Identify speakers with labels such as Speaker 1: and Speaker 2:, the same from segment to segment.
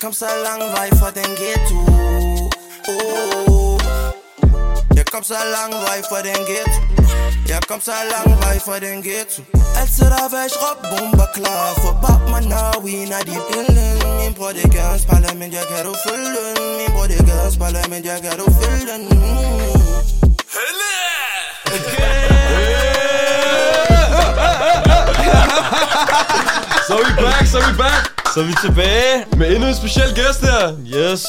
Speaker 1: kommt så lang vej fra den ghetto oh. Jeg kom så lang vej fra den ghetto Jeg kom så lang vej fra den ghetto Altid der væk råb bomber klar For bab man har vi når de pillen Min bror det gør en spejle, men jeg kan du følge den Min bror det gør en spejle, men jeg kan du følge den mm.
Speaker 2: Så er vi back, så er vi back
Speaker 3: Så er vi tilbage.
Speaker 2: med endnu en speciel gæst her.
Speaker 3: Yes.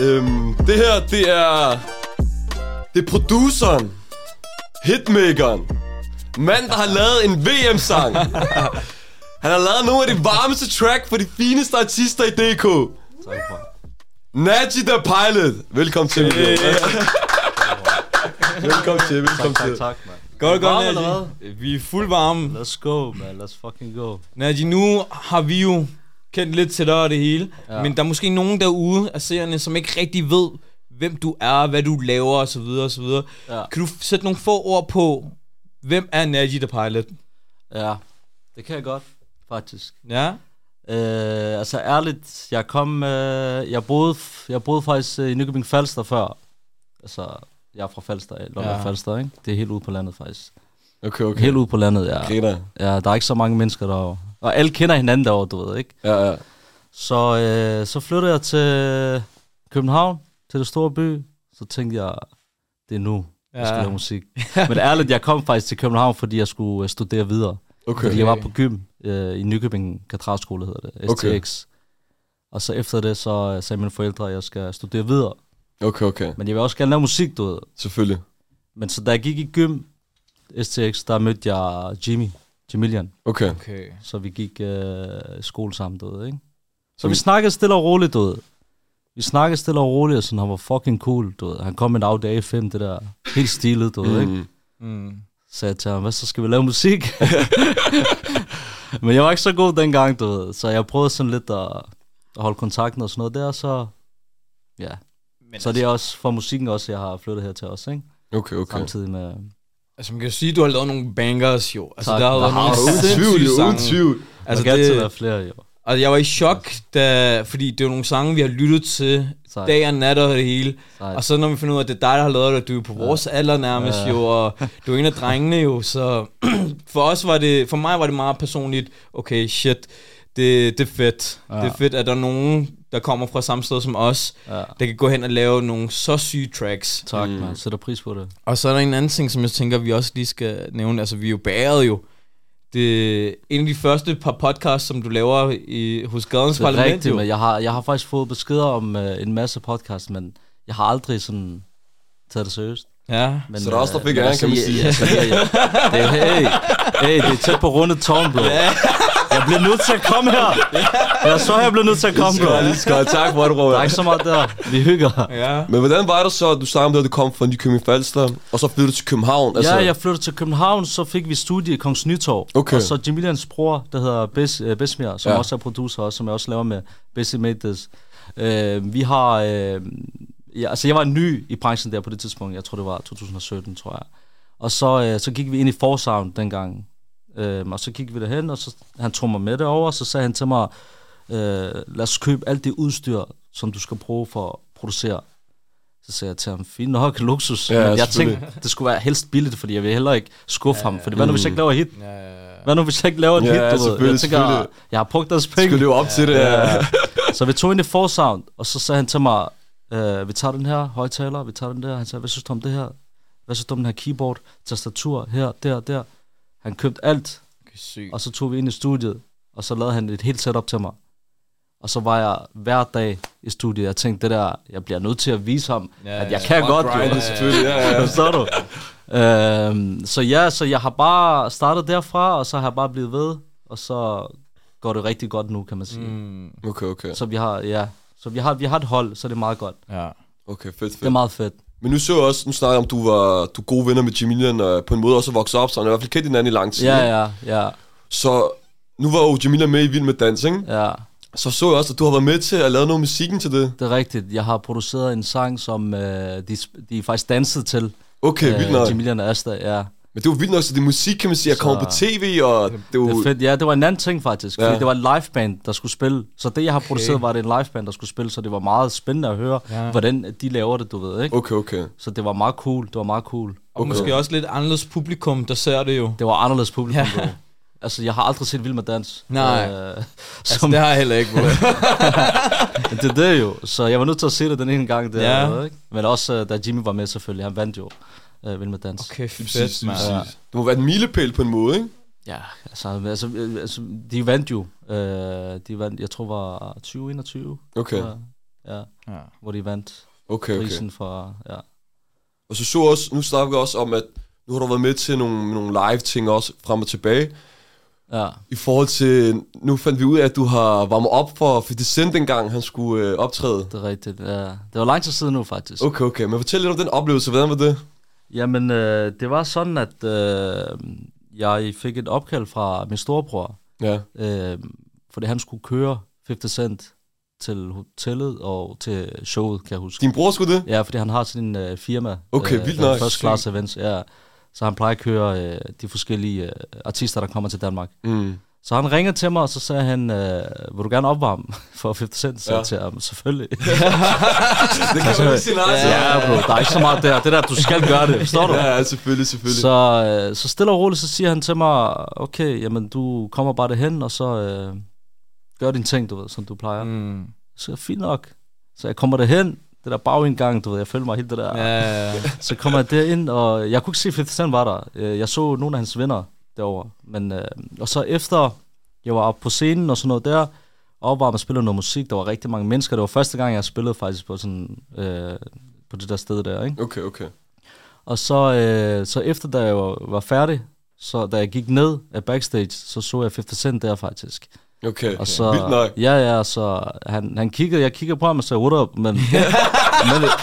Speaker 2: Øhm, det her, det er... Det er produceren. Hitmakeren. Mand, der har lavet en VM-sang. Han har lavet nogle af de varmeste track for de fineste artister i DK. Naji The Pilot. Velkommen til. Hey. Velkommen til, velkommen
Speaker 4: Tak,
Speaker 2: til.
Speaker 4: tak, mand.
Speaker 3: Godt,
Speaker 4: Varme
Speaker 3: godt,
Speaker 4: eller
Speaker 3: Naji. Vi er fuld varme.
Speaker 4: Let's go, man. Let's fucking go.
Speaker 3: Naji, nu har vi jo kendt lidt til dig og det hele. Ja.
Speaker 4: Ja.
Speaker 3: Men der er måske nogen derude af seerne, som ikke rigtig ved, hvem du er, hvad du laver osv. osv. Ja.
Speaker 4: Ja.
Speaker 3: Kan du f- sætte nogle få ord på, hvem er Naji The Pilot?
Speaker 4: Ja, det kan jeg godt, faktisk.
Speaker 3: Ja?
Speaker 4: Øh, altså ærligt, jeg kom, øh, jeg, boede, f- jeg boede faktisk øh, i Nykøbing Falster før. Altså, jeg er fra Falster, Lolland
Speaker 3: Ja.
Speaker 4: ja. Falster, ikke? Det er helt ude på landet, faktisk.
Speaker 2: Okay, okay.
Speaker 4: Helt ude på landet, ja.
Speaker 2: Griner.
Speaker 4: ja. der er ikke så mange mennesker derovre. Og alle kender hinanden derovre, du ved, ikke?
Speaker 2: Ja, ja.
Speaker 4: Så, øh, så flyttede jeg til København, til det store by. Så tænkte jeg, det er nu, ja. jeg skal
Speaker 3: Ja.
Speaker 4: lave musik. Men ærligt, jeg kom faktisk til København, fordi jeg skulle øh, studere videre.
Speaker 2: Okay.
Speaker 4: Fordi jeg var på gym øh, i Nykøbing Katedralskole, hedder det, STX.
Speaker 2: Okay.
Speaker 4: Okay. Og så efter det, så øh, sagde mine forældre, at jeg skal studere videre.
Speaker 2: Okay, okay.
Speaker 4: Men jeg vil også gerne lave musik, du ved.
Speaker 2: Selvfølgelig.
Speaker 4: Men så da jeg gik i gym, STX, der mødte jeg Jimmy, Jamilian.
Speaker 2: Okay.
Speaker 3: Okay.
Speaker 4: Så vi gik øh, i skole sammen, du ved, ikke? Så,
Speaker 2: Så
Speaker 4: vi
Speaker 2: vi-
Speaker 4: snakkede stille og roligt, du ved. Vi snakkede stille og roligt, og sådan, han var fucking cool, du ved. Han kom en dag dag 5, det der, helt stilet, du ved, ikke?
Speaker 2: Mm.
Speaker 3: Mm.
Speaker 4: Så jeg til ham, hvad så skal vi lave musik? Men jeg var ikke så god dengang, du ved. Så jeg prøvede sådan lidt at, at holde kontakten og sådan noget der, så... Ja,
Speaker 3: Men
Speaker 4: så det er også for musikken også, jeg har flyttet her til os, ikke?
Speaker 2: Okay, okay.
Speaker 4: Samtidig med...
Speaker 3: Altså, man kan jo sige, at du har lavet nogle bangers, jo. Altså,
Speaker 4: Tak.
Speaker 3: der har været
Speaker 4: Nå,
Speaker 3: nogle
Speaker 2: Uden tvivl,
Speaker 3: sindssyge
Speaker 2: jo, uden
Speaker 3: sange.
Speaker 2: tvivl.
Speaker 4: Altså,
Speaker 3: Altså,
Speaker 4: der kan altid være
Speaker 3: det,
Speaker 4: flere, jo.
Speaker 3: altså, jeg var i chok, da, fordi det er jo nogle sange, vi har lyttet til
Speaker 4: Sejt.
Speaker 3: dag og nat og det hele.
Speaker 4: Sejt.
Speaker 3: Og så når vi finder ud af, at det er dig, der har lavet det, og du er jo på vores alder nærmest jo, og du er en af drengene jo, så for os var det, for mig var det meget personligt, okay, shit, det, det er fedt. Ja. Det er fedt, at der er nogen, der kommer fra samme sted som os,
Speaker 4: Ja.
Speaker 3: der kan gå hen og lave nogle så syge tracks.
Speaker 4: Tak, mm. man. Sætter pris på det.
Speaker 3: Og så er der en anden ting, som jeg tænker, vi også lige skal nævne. Altså, vi er jo bæret jo. Det er en af de første par podcasts, som du laver i, hos Gadens
Speaker 4: Det er
Speaker 3: Parlament.
Speaker 4: rigtigt,
Speaker 3: jo.
Speaker 4: men jeg har, jeg har faktisk fået beskeder om øh, en masse podcast, men jeg har aldrig sådan taget det seriøst.
Speaker 3: Ja.
Speaker 4: Men, øh,
Speaker 2: Så der er også, der fik
Speaker 4: men
Speaker 2: æren, kan man
Speaker 4: ja,
Speaker 2: sige.
Speaker 4: Ja, ja, ja. Det, er- hey, hey, det er tæt på rundet tårn, bro. Jeg bliver nødt til at komme her. Jeg så, jeg bliver nødt til at komme, bro.
Speaker 2: Skål, skål. Tak for det,
Speaker 4: Der er
Speaker 2: Robert.
Speaker 4: ikke så meget der. Vi hygger.
Speaker 3: Ja.
Speaker 2: Men hvordan var det så, at du snakkede om det, at du kom fra Nykøbing Falster, og så flyttede du til København? Altså,
Speaker 4: Ja, jeg flyttede til København, så fik vi studie i Kongens Nytorv.
Speaker 2: Okay.
Speaker 4: Og så Jamilians bror, der hedder Bes, øh, Besmir, som
Speaker 2: Ja.
Speaker 4: ja. også er producer, og som jeg også laver med Bessie Mendes. Øh, vi har... Øh, ja, altså, jeg var ny i branchen der på det tidspunkt. Jeg tror, det var 2017, tror jeg. Og så, øh, så gik vi ind i Forsound dengang. Øh, og så gik vi derhen, og så, han tog mig med derover, og så sagde han til mig, øh, lad os købe alt det udstyr, som du skal bruge for at producere. Så sagde jeg til ham, fint nok, luksus.
Speaker 2: Ja,
Speaker 4: Ja, jeg
Speaker 2: selvfølgelig.
Speaker 4: tænkte, det skulle være helst billigt, fordi jeg vil heller ikke skuffe ja, ham. Fordi hvad nu, hvis jeg ikke laver et hit?
Speaker 3: Ja.
Speaker 4: Hvad nu, hvis jeg ikke laver et
Speaker 2: Ja,
Speaker 4: hit? Du ved?
Speaker 2: selvfølgelig,
Speaker 4: Jeg tænker, "Ah,
Speaker 2: selvfølgelig.
Speaker 4: jeg har brugt deres penge.
Speaker 2: Skulle leve op til det. Ja.
Speaker 4: Så vi tog ind i Forsound, og så sagde han til mig, øh, vi tager den her højtaler, vi tager den der. Han sagde, hvad synes du om det her? Hvad synes du om den her keyboard, tastatur, her, der, der? Han købte alt,
Speaker 3: Sygt.
Speaker 4: og så tog vi ind i studiet, og så lavede han et helt setup til mig. Og så var jeg hver dag i studiet, jeg tænkte, det der, jeg bliver nødt til at vise ham,
Speaker 3: Ja,
Speaker 4: ja, at jeg
Speaker 3: ja.
Speaker 4: kan
Speaker 3: Og
Speaker 4: godt.
Speaker 2: Ja,
Speaker 4: jo.
Speaker 2: det er selvfølgelig. Ja, ja.
Speaker 4: Forstår du? øhm, så ja, så jeg har bare startet derfra, og så har jeg bare blevet ved, og så går det rigtig godt nu, kan man sige. Mm.
Speaker 3: Mm,
Speaker 2: Okay, okay.
Speaker 4: Så vi har, ja, så vi har, vi har et hold, så det er meget godt.
Speaker 3: ja.
Speaker 2: Okay, fedt,
Speaker 4: Det er
Speaker 2: fedt.
Speaker 4: meget fedt.
Speaker 2: Men nu så jeg også, nu snakker jeg om, du var du er gode venner med Jamilian, og på en måde også vokset op, så han har i hvert fald kendt hinanden i lang tid.
Speaker 4: Ja,
Speaker 2: ikke?
Speaker 4: ja, ja,
Speaker 2: Så nu var jo Jamilian med i Vild med Dans, ikke?
Speaker 4: ja.
Speaker 2: Så så jeg også, at du har været med til at lave noget af musikken til det.
Speaker 4: Det er rigtigt. Jeg har produceret en sang, som øh, de, de faktisk dansede til.
Speaker 2: Okay, vildt nok.
Speaker 4: Jamilian og Asta, ja.
Speaker 2: Men det var vildt nok, så det er musik, kan man sige. Jeg kommer på tv, og det
Speaker 4: Det
Speaker 2: var...
Speaker 4: er fedt. Ja, det var en anden ting faktisk, fordi
Speaker 2: Uh. Ja.
Speaker 4: det var en liveband, der skulle spille. Så det, jeg har produceret, var det en liveband, der skulle spille, så det var meget spændende at høre,
Speaker 3: Ja.
Speaker 4: ja. hvordan de laver det, du ved, ikke?
Speaker 2: Okay, okay.
Speaker 4: Så det var meget cool, det var meget cool.
Speaker 3: Og okay. måske også lidt anderledes publikum, der ser det jo.
Speaker 4: Det var anderledes publikum,
Speaker 3: Ja.
Speaker 4: ja. Altså, jeg har aldrig set Vild Med Dans.
Speaker 3: Nej.
Speaker 4: Øh,
Speaker 3: Altså,
Speaker 4: som,
Speaker 3: det
Speaker 4: altså,
Speaker 3: har jeg heller ikke, bro.
Speaker 4: det, det, er det jo. Så jeg var nødt til at se det den ene gang. Der,
Speaker 3: Ja.
Speaker 4: ja. ved, ikke? Men også, øh, da Jimmy var med selvfølgelig, han vandt jo øh, Vild Med Dans.
Speaker 3: Okay,
Speaker 2: Lige præcis,
Speaker 3: fedt,
Speaker 2: lige
Speaker 3: mand.
Speaker 2: præcis. Det må være en milepæl på en måde, ikke?
Speaker 4: Ja, altså, altså, øh, altså de vandt jo. Øh, de vandt, jeg tror, var 2021.
Speaker 2: Okay,
Speaker 4: tror jeg. Ja,
Speaker 3: Ja.
Speaker 4: hvor de vandt
Speaker 2: okay, okay.
Speaker 4: prisen for... Ja.
Speaker 2: Og så så også, nu snakker vi også om, at nu har du været med til nogle, nogle live ting også frem og tilbage.
Speaker 4: ja.
Speaker 2: I forhold til, nu fandt vi ud af, at du har varmet op for 50 Cent dengang, han skulle øh, optræde.
Speaker 4: Det er rigtigt. Ja. Det var lang tid siden nu, faktisk. Okay.
Speaker 2: Okay, okay. Men fortæl lidt om den oplevelse. Hvordan var det?
Speaker 4: Jamen, øh, det var sådan, at øh, jeg fik et opkald fra min storebror,
Speaker 2: Ja.
Speaker 4: øh, fordi han skulle køre 50 Cent til hotellet og til showet, kan jeg huske.
Speaker 2: Din bror skulle det?
Speaker 4: Ja, fordi han har sin øh, firma.
Speaker 2: Okay, vildt
Speaker 4: der er
Speaker 2: nok.
Speaker 4: First Class Events, ja. Så han plejer at køre øh, de forskellige øh, artister, der kommer til Danmark.
Speaker 2: Mm.
Speaker 4: Så han ringede til mig, og så sagde han, øh, vil du gerne opvarme for 50 Cent? Så
Speaker 2: Ja.
Speaker 4: ja. til ham, selvfølgelig.
Speaker 2: Det kan man ikke sige nej til.
Speaker 4: Altså, ja, bro, der er ikke så meget der. Det der, du skal gøre det, forstår du?
Speaker 2: Ja, ja, selvfølgelig, selvfølgelig. Så.
Speaker 4: Så, øh, så stille og roligt, så siger han til mig, okay, jamen du kommer bare derhen, og så øh, gør din ting, du ved, som du plejer. Mm.
Speaker 3: Mm.
Speaker 4: Så er fint nok. Så jeg kommer derhen, det der bagindgang, du ved, jeg føler mig helt det der. Ja.
Speaker 3: Ja, ja, ja.
Speaker 4: Så kommer jeg derind, og jeg kunne ikke se, at 50 Cent var der. Øh, Jeg så nogle af hans venner derovre. Men, øh, og så efter, jeg var oppe på scenen og sådan noget der, opvarmet og spillede noget musik, der var rigtig mange mennesker. Det var første gang, jeg spillede faktisk på sådan, øh, på det der sted der, ikke?
Speaker 2: Okay, okay.
Speaker 4: Og så, øh, så efter da jeg var, var færdig, så da jeg gik ned af backstage, så så jeg 50 Cent der faktisk.
Speaker 2: Okay,
Speaker 4: Og
Speaker 2: så,
Speaker 4: så,
Speaker 2: vildt nok.
Speaker 4: Ja, ja, så han, han kiggede, jeg kiggede på ham og sagde, what up, men, men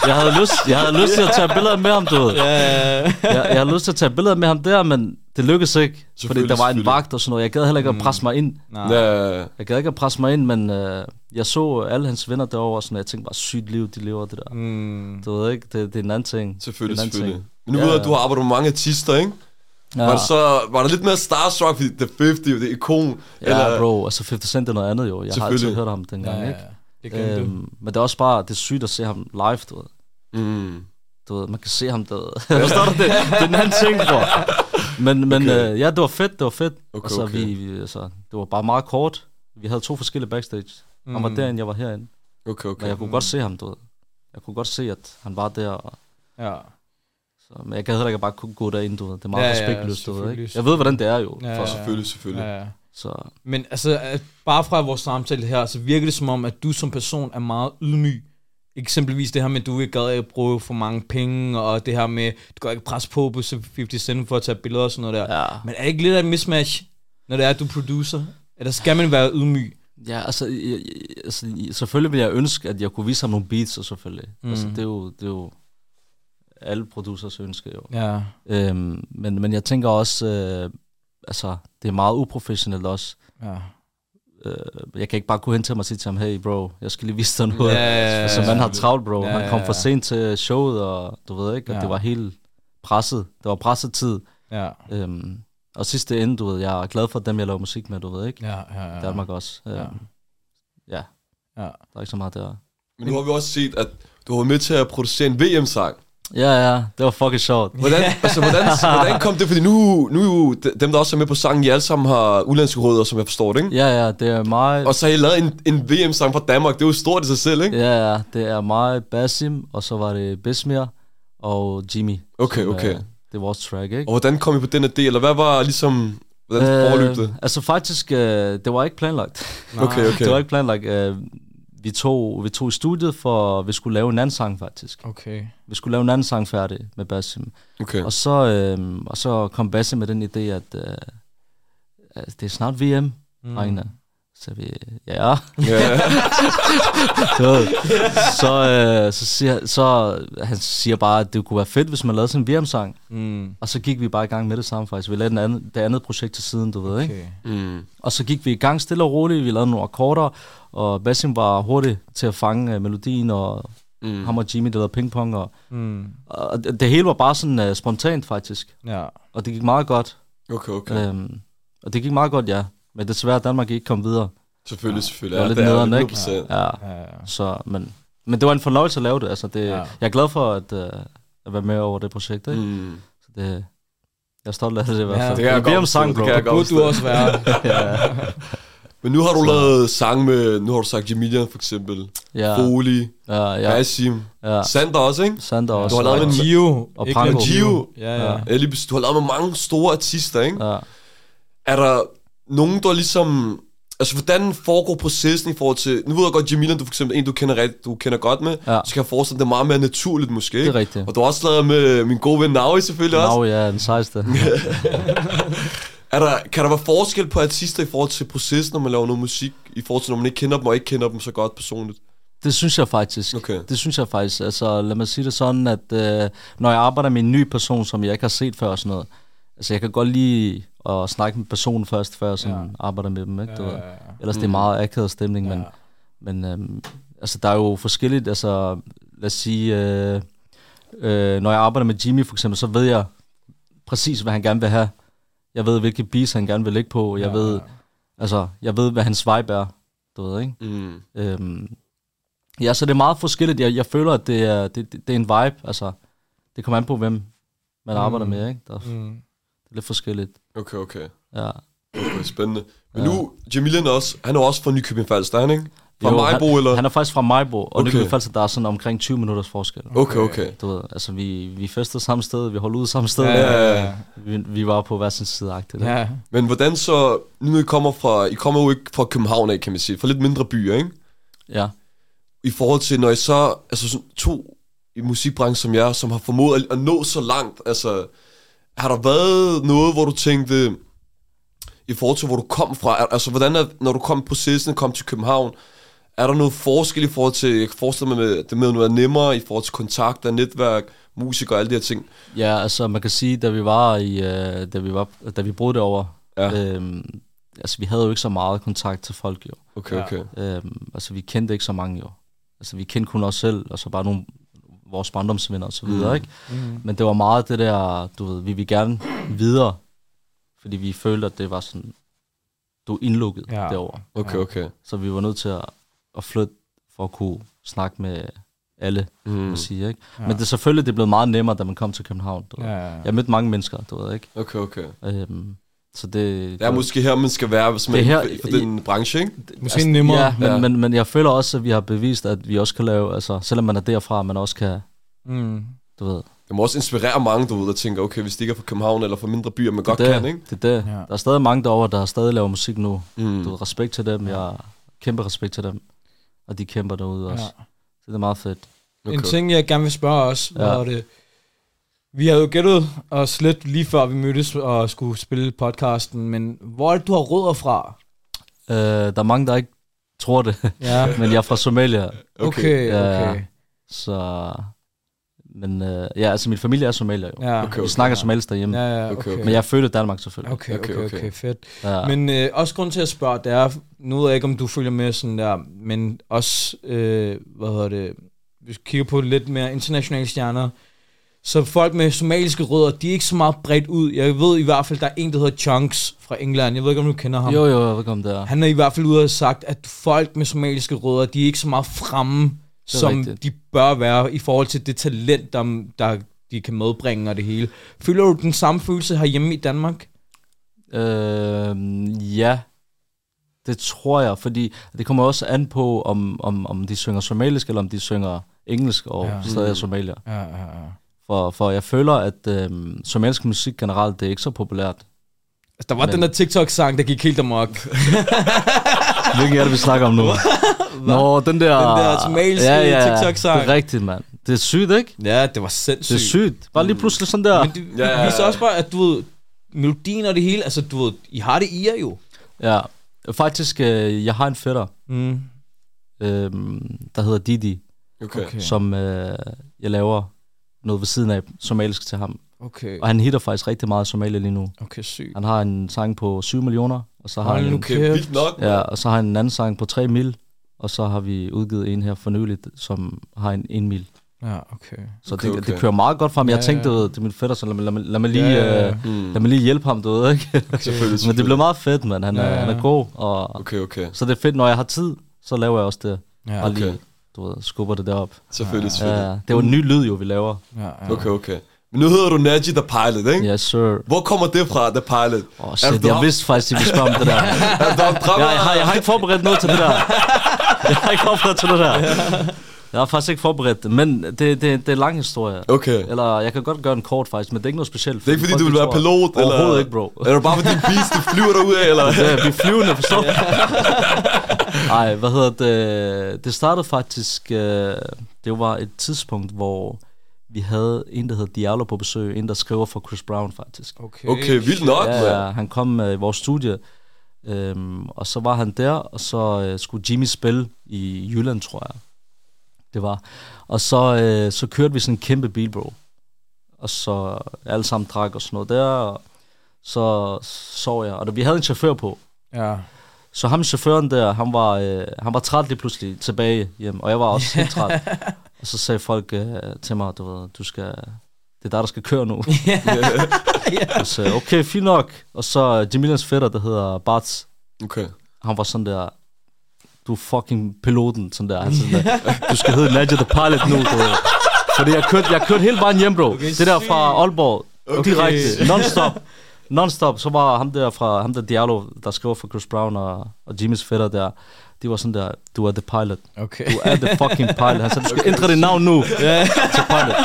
Speaker 4: jeg, havde lyst, jeg havde lyst til at tage billeder med ham, du ved. Jeg, jeg havde lyst til at tage billeder med ham der, men det lykkedes ikke, fordi
Speaker 2: Selvfølgelig,
Speaker 4: der var en
Speaker 2: selvfølgelig. Mm.
Speaker 4: vagt og sådan noget. Jeg gad heller ikke at presse mig ind.
Speaker 3: Nej.
Speaker 2: Ja,
Speaker 4: Jeg gad ikke at presse mig ind, men øh, jeg så alle hans venner derovre, og sådan, og jeg tænkte bare, sygt liv, de lever det der.
Speaker 3: Mm.
Speaker 4: Du ved ikke, det, det er en anden ting.
Speaker 2: selvfølgelig,
Speaker 4: Det er en anden
Speaker 2: selvfølgelig.
Speaker 4: ting.
Speaker 2: Men nu
Speaker 4: Ja,
Speaker 2: ved jeg,
Speaker 4: ja.
Speaker 2: at du har arbejdet med mange artister, ikke? Ja. Var, det så, var der lidt mere starstruck, fordi The 50, det er ikon?
Speaker 4: Ja, eller... bro, altså 50 Cent er noget andet jo. Jeg har altid
Speaker 2: Selvfølgelig.
Speaker 4: hørt ham dengang, ja, ikke?
Speaker 3: Det glemte du.
Speaker 4: Øhm, men det er også bare, det er sygt at se ham live, du ved.
Speaker 2: Mm.
Speaker 4: Du ved, man kan se ham der. Forstår du det? Det er en anden ting, bror. Men, men
Speaker 2: Okay.
Speaker 4: okay. øh, ja, det var fedt, det var fedt.
Speaker 2: Okay,
Speaker 4: altså,
Speaker 2: okay.
Speaker 4: Vi, vi, altså, det var bare meget kort. Vi havde to forskellige backstage. Mm. Han var derinde, jeg var herinde.
Speaker 2: Okay,
Speaker 4: Men
Speaker 2: okay.
Speaker 4: jeg kunne godt se ham, du ved. Jeg kunne godt se, at han var der. Og,
Speaker 3: Ja.
Speaker 4: så, men jeg gad heller ikke bare kunne gå derind, du ved. Det er meget
Speaker 3: Ja,
Speaker 4: ja,
Speaker 3: ja,
Speaker 4: respektløst, du ved. Ikke?
Speaker 3: selvfølgelig.
Speaker 4: Jeg ved, hvordan det er jo.
Speaker 3: Ja,
Speaker 4: Ja.
Speaker 2: Ja, selvfølgelig, selvfølgelig.
Speaker 3: Ja, ja.
Speaker 4: Så
Speaker 3: Men altså, at bare fra vores samtale her, så virker det som om, at du som person er meget ydmyg. Eksempelvis det her med, at du ikke gad at bruge for mange penge, og det her med, du går ikke pres på på 50 Cent for at tage billeder og sådan noget der.
Speaker 4: Ja.
Speaker 3: Men er det ikke lidt af et mismatch, når det er, at du er producer? Eller skal man være ydmyg?
Speaker 4: Ja, altså, jeg, jeg- altså, jeg- selvfølgelig vil jeg ønske, at jeg kunne vise ham nogle beats, og selvfølgelig. Mm. Altså, det er jo, det er jo alle producers ønske, jo.
Speaker 3: Ja.
Speaker 4: Øhm, men, men jeg tænker også, øh, altså, det er meget uprofessionelt også.
Speaker 3: Ja.
Speaker 4: Øh, jeg kan ikke bare gå hen til ham og sige til ham, hey bro, jeg skal lige vise dig noget.
Speaker 3: Ja, ja, ja,
Speaker 4: altså,
Speaker 3: ja,
Speaker 4: man har
Speaker 3: selvfølgelig.
Speaker 4: travlt, bro.
Speaker 3: Ja,
Speaker 4: Ja, han
Speaker 3: ja,
Speaker 4: kom for
Speaker 3: ja.
Speaker 4: sent til showet, og du ved ikke, og
Speaker 3: Ja.
Speaker 4: ja. det var helt presset. Det var presset tid.
Speaker 3: Ja.
Speaker 4: Øhm, og sidste ende, du ved, jeg er glad for dem, jeg laver musik med, du ved ikke.
Speaker 3: Ja, ja,
Speaker 4: Ja. Danmark også. Øhm,
Speaker 3: Ja.
Speaker 4: ja. ja.
Speaker 3: Ja.
Speaker 4: Der er ikke så meget der.
Speaker 2: Men nu har vi også set, at du har været med til at producere en VM-sang.
Speaker 4: Ja, ja, det var fucking sjovt.
Speaker 2: Hvordan, altså, hvordan, hvordan kom det? Fordi nu, nu er jo de- dem, der også er med på sangen, I alle sammen har udenlandske rødder, som jeg forstår det, ikke?
Speaker 4: Ja, ja, det er mig,
Speaker 2: Og så har I lavet en, en VM-sang fra Danmark. Det er jo stort i sig selv, ikke?
Speaker 4: ja, ja, det er mig, Basim, og så var det Besmir og Jimmy.
Speaker 2: Okay,
Speaker 4: som,
Speaker 2: okay.
Speaker 4: øh, det er vores track, ikke?
Speaker 2: Og hvordan kom I på den idé? Eller hvad var ligesom... Hvordan forløb det?
Speaker 4: Øh, altså faktisk, øh, det var ikke planlagt.
Speaker 2: Okay, okay.
Speaker 4: det var ikke planlagt. Øh, vi, tog, vi tog i studiet, for vi skulle lave en anden sang faktisk.
Speaker 3: Okay.
Speaker 4: Vi skulle lave en anden sang færdig med Basim.
Speaker 2: Okay.
Speaker 4: Og så, øh, og så kom Basim med den idé, at øh, altså, det er snart VM, mm. drengene. Så vi, ja,
Speaker 2: Ja,
Speaker 4: Du ved. så, øh, så, siger, så han siger bare, at det kunne være fedt, hvis man lavede sådan en VM-sang.
Speaker 3: Mm.
Speaker 4: Og så gik vi bare i gang med det samme faktisk. Vi lavede den anden, det andet projekt til siden, du ved, ikke?
Speaker 3: Okay.
Speaker 2: mm.
Speaker 4: Og så gik vi i gang stille og roligt. Vi lavede nogle akkorder, og Basim var hurtig til at fange øh, melodien og Mm. Ham og Jimmy, der lavede pingpong, og, mm. og det, det hele var bare sådan uh, spontant faktisk.
Speaker 3: Ja.
Speaker 4: Og det gik meget godt.
Speaker 2: Okay, okay. Ja.
Speaker 4: Øhm, og det gik meget godt, ja. Men desværre, Danmark ikke kom videre.
Speaker 2: Selvfølgelig, selvfølgelig.
Speaker 4: Det var
Speaker 2: Ja,
Speaker 4: lidt
Speaker 2: det er
Speaker 4: nederen,
Speaker 2: 100%.
Speaker 4: ikke? Ja.
Speaker 3: Ja, ja.
Speaker 4: Så, men, men det var en fornøjelse at lave det. Altså, det
Speaker 3: Ja.
Speaker 4: ja. Jeg er glad for at, øh, at være med over det projekt. Ikke? Mm.
Speaker 2: Mm.
Speaker 4: Så det, jeg er stolt af det i hvert
Speaker 3: Ja,
Speaker 4: fald.
Speaker 3: det
Speaker 2: kan jeg
Speaker 4: er
Speaker 2: godt
Speaker 4: om sang,
Speaker 2: forstå,
Speaker 4: bro.
Speaker 2: det kan jeg
Speaker 4: Det
Speaker 2: godt.
Speaker 3: Burde du også være.
Speaker 2: Men nu har du lavet sang med, nu har du sagt Jamilian for eksempel,
Speaker 4: ja,
Speaker 2: Foli,
Speaker 4: ja,
Speaker 2: ja.
Speaker 4: ja,
Speaker 2: Basim,
Speaker 4: ja.
Speaker 2: Sander også, ikke?
Speaker 4: Sander også.
Speaker 2: Du har lavet
Speaker 4: ja.
Speaker 2: en-
Speaker 3: Gio.
Speaker 4: Og
Speaker 3: Ikke
Speaker 4: Pranko.
Speaker 3: glem
Speaker 2: Gio.
Speaker 3: Ja, ja.
Speaker 2: Ja, lige præcis. du har lavet med mange store artister, ikke?
Speaker 4: Ja.
Speaker 2: er der nogen, der ligesom... Altså, hvordan foregår processen i forhold til... Nu ved jeg godt, Jamila, du er for eksempel en, du kender, rigt- du kender godt med.
Speaker 4: Ja.
Speaker 2: Så kan jeg forestille mig, det er meget mere naturligt, måske.
Speaker 4: Det
Speaker 2: ikke?
Speaker 4: er rigtigt.
Speaker 2: Og du har også lavet med min gode ven Naui, selvfølgelig også.
Speaker 4: Nå, ja, den sejeste.
Speaker 2: Er der, kan der være forskel på artister i forhold til processen, når man laver noget musik? I forhold til, når man ikke kender dem, og ikke kender dem så godt personligt?
Speaker 4: Det synes jeg faktisk.
Speaker 2: Okay.
Speaker 4: Det synes jeg faktisk. Altså, lad mig sige det sådan, at øh, når jeg arbejder med en ny person, som jeg ikke har set før og sådan noget, altså jeg kan godt lide at snakke med personen først, før jeg sådan
Speaker 3: Ja.
Speaker 4: arbejder med dem, ikke? Du
Speaker 3: Ja,
Speaker 4: ved.
Speaker 3: ja, ja.
Speaker 4: Ellers det er meget akavet stemning, men, men øhm, altså, der er jo forskelligt, altså lad os sige, øh, øh, når jeg arbejder med Jimmy for eksempel, så ved jeg præcis, hvad han gerne vil have. Jeg ved, hvilke beats han gerne vil lægge på. Jeg
Speaker 3: Ja,
Speaker 4: ved,
Speaker 3: ja.
Speaker 4: altså, jeg ved, hvad hans vibe er, du ved, ikke?
Speaker 2: Mm.
Speaker 4: Øhm, ja, så det er meget forskelligt. Jeg, jeg føler, at det er, det, det, det er en vibe. Altså, det kommer an på, hvem man
Speaker 3: Mm.
Speaker 4: arbejder med. Ikke? Der er
Speaker 3: Mm.
Speaker 4: lidt forskelligt.
Speaker 2: Okay, okay.
Speaker 4: Ja.
Speaker 2: Okay, spændende. Men
Speaker 4: Ja.
Speaker 2: nu, Jamilian også, han er jo også fra Nykøbing Falster, han, ikke? Fra
Speaker 4: Jo,
Speaker 2: Majbo,
Speaker 4: han,
Speaker 2: eller?
Speaker 4: Han er faktisk fra Majbo, og
Speaker 2: Okay.
Speaker 4: okay. Nykøbing Falster, der er sådan omkring 20 minutters forskel.
Speaker 2: Okay, okay.
Speaker 4: Du ved, altså vi, vi fester samme sted, vi holder ud samme sted.
Speaker 3: Ja, ja, ja.
Speaker 4: Vi, vi var på hver sin side agtigt.
Speaker 3: ja.
Speaker 2: Men hvordan så, nu når I kommer fra, I kommer jo ikke fra København af, kan man sige, fra lidt mindre byer, ikke?
Speaker 4: ja.
Speaker 2: i forhold til, når I så, altså sådan to i musikbranchen som jeg, som har formået at, at nå så langt, altså, har der været noget, hvor du tænkte, i forhold til, hvor du kom fra, al- altså, hvordan er, når du kom i processen, kom til København, er der noget forskel i forhold til, jeg kan forestille mig, at det med noget er nemmere, i forhold til kontakter, netværk, musikere og alle de her ting.
Speaker 4: Ja, altså man kan sige, da vi var i, øh, da vi var, da vi boede derovre,
Speaker 2: Ja.
Speaker 4: øhm, altså vi havde jo ikke så meget kontakt til folk jo.
Speaker 2: Okay, okay.
Speaker 4: Øhm, altså, vi kendte ikke så mange jo. Altså, vi kendte kun os selv, og så bare nogle vores barndomsvenner og så videre, mm. ikke? Mm. Men det var meget det der, du ved, vi vil gerne videre, fordi vi følte, at det var sådan, du er indlukket
Speaker 3: Ja.
Speaker 4: ja. derovre.
Speaker 2: Okay, okay.
Speaker 4: Så vi var nødt til at, at flytte for at kunne snakke med alle, mm. man sige, ikke? Ja. Men det er selvfølgelig, det er blevet meget nemmere, da man kom til København, du ved.
Speaker 3: Ja, ja, ja.
Speaker 4: Jeg mødte mange mennesker, du ved, ikke?
Speaker 2: Okay, okay.
Speaker 4: Øhm, så det...
Speaker 2: Det er måske her, man skal være, hvis man
Speaker 4: Det
Speaker 2: det
Speaker 4: her-
Speaker 2: her, for den branche, ikke?
Speaker 3: Måske nemmere.
Speaker 4: Altså, Ja, men,
Speaker 2: Ja.
Speaker 4: ja. Men, men jeg føler også, at vi har bevist, at vi også kan lave, altså selvom man er derfra, man også kan,
Speaker 3: Mm.
Speaker 4: du ved.
Speaker 2: Det må også inspirere mange derude, der tænker, okay, hvis de ikke er fra København eller fra mindre byer, man godt
Speaker 4: det,
Speaker 2: kan, ikke?
Speaker 4: Det er det.
Speaker 3: Ja.
Speaker 4: Ja. Der er stadig mange derovre, der stadig laver musik nu.
Speaker 2: Mm.
Speaker 4: Du ved, respekt til dem. Jeg har kæmpe respekt til dem. Og de kæmper derude også.
Speaker 3: Ja.
Speaker 4: Ja. Så det er meget fedt.
Speaker 3: En ting, jeg gerne vil spørge os, ja.
Speaker 4: Ja.
Speaker 3: var det, vi havde jo gættet os lidt lige før vi mødtes og skulle spille podcasten, men hvor er det, du har rødder fra?
Speaker 4: Øh, der er mange, der ikke tror det,
Speaker 3: Ja,
Speaker 4: men jeg er fra Somalia.
Speaker 3: okay,
Speaker 4: Ja, ja.
Speaker 3: okay.
Speaker 4: Så... Men øh, ja, altså min familie er somalier jo.
Speaker 3: Ja,
Speaker 2: Okay,
Speaker 4: Vi
Speaker 2: okay.
Speaker 4: snakker somalisk derhjemme.
Speaker 3: ja,
Speaker 4: Ja.
Speaker 3: ja,
Speaker 2: Okay,
Speaker 3: okay.
Speaker 4: Men jeg er født i Danmark selvfølgelig.
Speaker 3: Okay, okay,
Speaker 2: Okay,
Speaker 3: okay, okay,
Speaker 2: okay.
Speaker 3: fedt.
Speaker 4: Ja.
Speaker 3: Men øh, også grund til at spørge, det er, nu ved jeg ikke, om du følger med sådan der, men også, øh, hvad hedder det, hvis vi kigger på lidt mere internationale stjerner, så folk med somaliske rødder, de er ikke så meget bredt ud. Jeg ved i hvert fald, der er en, der hedder Chunks fra England. Jeg ved ikke, om du kender ham.
Speaker 4: Jo, jo, jeg ved ikke, om det er.
Speaker 3: Han er i hvert fald ude og sagt, at folk med somaliske rødder, de er ikke så meget fremme,
Speaker 4: er
Speaker 3: som rigtigt.
Speaker 4: rigtigt.
Speaker 3: de bør være i forhold til det talent, der, der de kan medbringe og det hele. Føler du den samme følelse herhjemme i Danmark?
Speaker 4: Øh, ja, det tror jeg, fordi det kommer også an på, om, om, om de synger somalisk, eller om de synger engelsk, og
Speaker 3: Ja.
Speaker 4: ja. stadig er somalier.
Speaker 3: Ja, ja, ja.
Speaker 4: For, for jeg føler, at øh, somalisk musik generelt, det er ikke så populært.
Speaker 3: Altså, der var
Speaker 4: Men-
Speaker 3: den der TikTok-sang, der gik helt amok.
Speaker 4: Hvilken er det, vi snakker om nu? Nå, den der...
Speaker 3: Den der somaliske TikTok-sang.
Speaker 4: Det er rigtigt, mand. Det er sygt, ikke?
Speaker 3: ja, det var
Speaker 4: Det
Speaker 3: sindssygt.
Speaker 4: er sygt. Bare lige pludselig sådan der...
Speaker 3: Mm. Men det
Speaker 2: Ja, ja,
Speaker 3: ja,
Speaker 2: ja.
Speaker 3: viser også bare, at du ved, melodien og det hele, altså du ved, I har det i jer jo.
Speaker 4: Ja. Faktisk, øh, jeg har en fætter,
Speaker 3: Mm.
Speaker 4: øh, der hedder Didi,
Speaker 2: Okay.
Speaker 3: Okay.
Speaker 2: okay.
Speaker 4: ja. som øh, jeg laver noget ved siden af somalisk til ham.
Speaker 3: Okay,
Speaker 4: Og han hitter faktisk rigtig meget Somalia lige nu.
Speaker 3: okay, sygt.
Speaker 4: Han har en sang på 7 millioner, og så har
Speaker 3: Hold
Speaker 4: han
Speaker 3: nu
Speaker 4: en,
Speaker 3: kæft.
Speaker 2: Vildt nok.
Speaker 4: ja, og så har han en anden sang på 3 mil. Og så har vi udgivet en her for nyligt, som har en 1 mil.
Speaker 3: Ja, okay.
Speaker 4: Så
Speaker 2: Okay,
Speaker 4: det,
Speaker 2: okay.
Speaker 4: det kører meget godt frem. Jeg
Speaker 3: Ja,
Speaker 4: ja, tænkte,
Speaker 3: ja.
Speaker 4: du ved, det er min fætter, så lad, mig- lad, mig- lad, mig lige,
Speaker 3: Ja, ja, ja.
Speaker 4: øh, lad mig lige hjælpe ham, du ved, ikke?
Speaker 2: Selvfølgelig,
Speaker 4: Men det
Speaker 2: Hmm. selvfølgelig.
Speaker 4: blev meget fedt, mand. Han, ja,
Speaker 3: Ja,
Speaker 4: ja.
Speaker 3: ja.
Speaker 4: han er god, og
Speaker 2: Okay, okay.
Speaker 4: så det er fedt, når jeg har tid, så laver jeg også det.
Speaker 3: Ja,
Speaker 4: og
Speaker 3: okay.
Speaker 4: lige,
Speaker 2: okay.
Speaker 4: du ved, skubber det derop.
Speaker 2: Selvfølgelig, selvfølgelig.
Speaker 4: Ja, det var en ny lyd, jo, vi laver.
Speaker 3: Ja, ja.
Speaker 2: Okay, okay. Men nu hedder du Naji The Pilot, ikke?
Speaker 4: Yes, sir.
Speaker 2: Hvor kommer det fra, The Pilot?
Speaker 4: Åh, oh,
Speaker 2: Er
Speaker 4: shit,
Speaker 2: du
Speaker 4: jeg
Speaker 2: op-
Speaker 4: vidste faktisk, at vi spørge om det der.
Speaker 2: Er du op-
Speaker 4: Jeg, jeg, har, jeg har ikke forberedt noget til det der. Jeg har ikke forberedt til det der. Jeg har faktisk ikke forberedt det, men det, det, det er en lang historie.
Speaker 2: Okay.
Speaker 4: Eller jeg kan godt gøre en kort faktisk, men det er ikke noget specielt.
Speaker 2: Det er ikke fordi, du vil være
Speaker 4: tror-
Speaker 2: pilot, eller...
Speaker 4: Overhovedet ikke, bro.
Speaker 2: Er det bare fordi, en beast, du flyver derud af, eller?
Speaker 4: Ja, vi er flyvende, forstår du? Nej, hvad hedder det? Det startede faktisk... øh, Det var et tidspunkt, hvor vi havde en, der hed Diablo på besøg. En, der skriver for Chris Brown, faktisk.
Speaker 3: Okay.
Speaker 2: Okay, vildt nok, mand.
Speaker 4: Ja, ja, han kom øh, i vores studie, øhm, og så var han der, og så øh, skulle Jimmy spille i Jylland, tror jeg. Det var. Og så, øh, så kørte vi sådan en kæmpe bil, bro. Og så alle sammen drak og sådan noget der, og så sov jeg. Og der, vi havde en chauffør på,
Speaker 3: Ja.
Speaker 4: så ham chaufføren der, han var, øh, han var træt lige pludselig tilbage hjem, og jeg var også helt træt. Og så sagde folk øh, til mig, du ved, du skal, det er dig, der skal køre nu. Og så sagde jeg, okay, fint nok. Og så øh, Jamilans fætter, der hedder Barts,
Speaker 2: Okay.
Speaker 4: han var sådan der, du er fucking piloten, sådan der. Han sådan der, du skal hedde Nadja the Pilot nu, du ved. Fordi jeg kørte, jeg kørte hele vejen hjem, bro. Okay, det der fra Aalborg, okay. direkte, non-stop. Non-stop, så var ham der fra, ham der Diallo, der skriver for Chris Brown og, og Jimmys fætter der, de var sådan der, du er the pilot.
Speaker 3: Okay.
Speaker 4: Du er the fucking pilot. Han sagde, du skal ændre dit navn nu yeah. til pilot.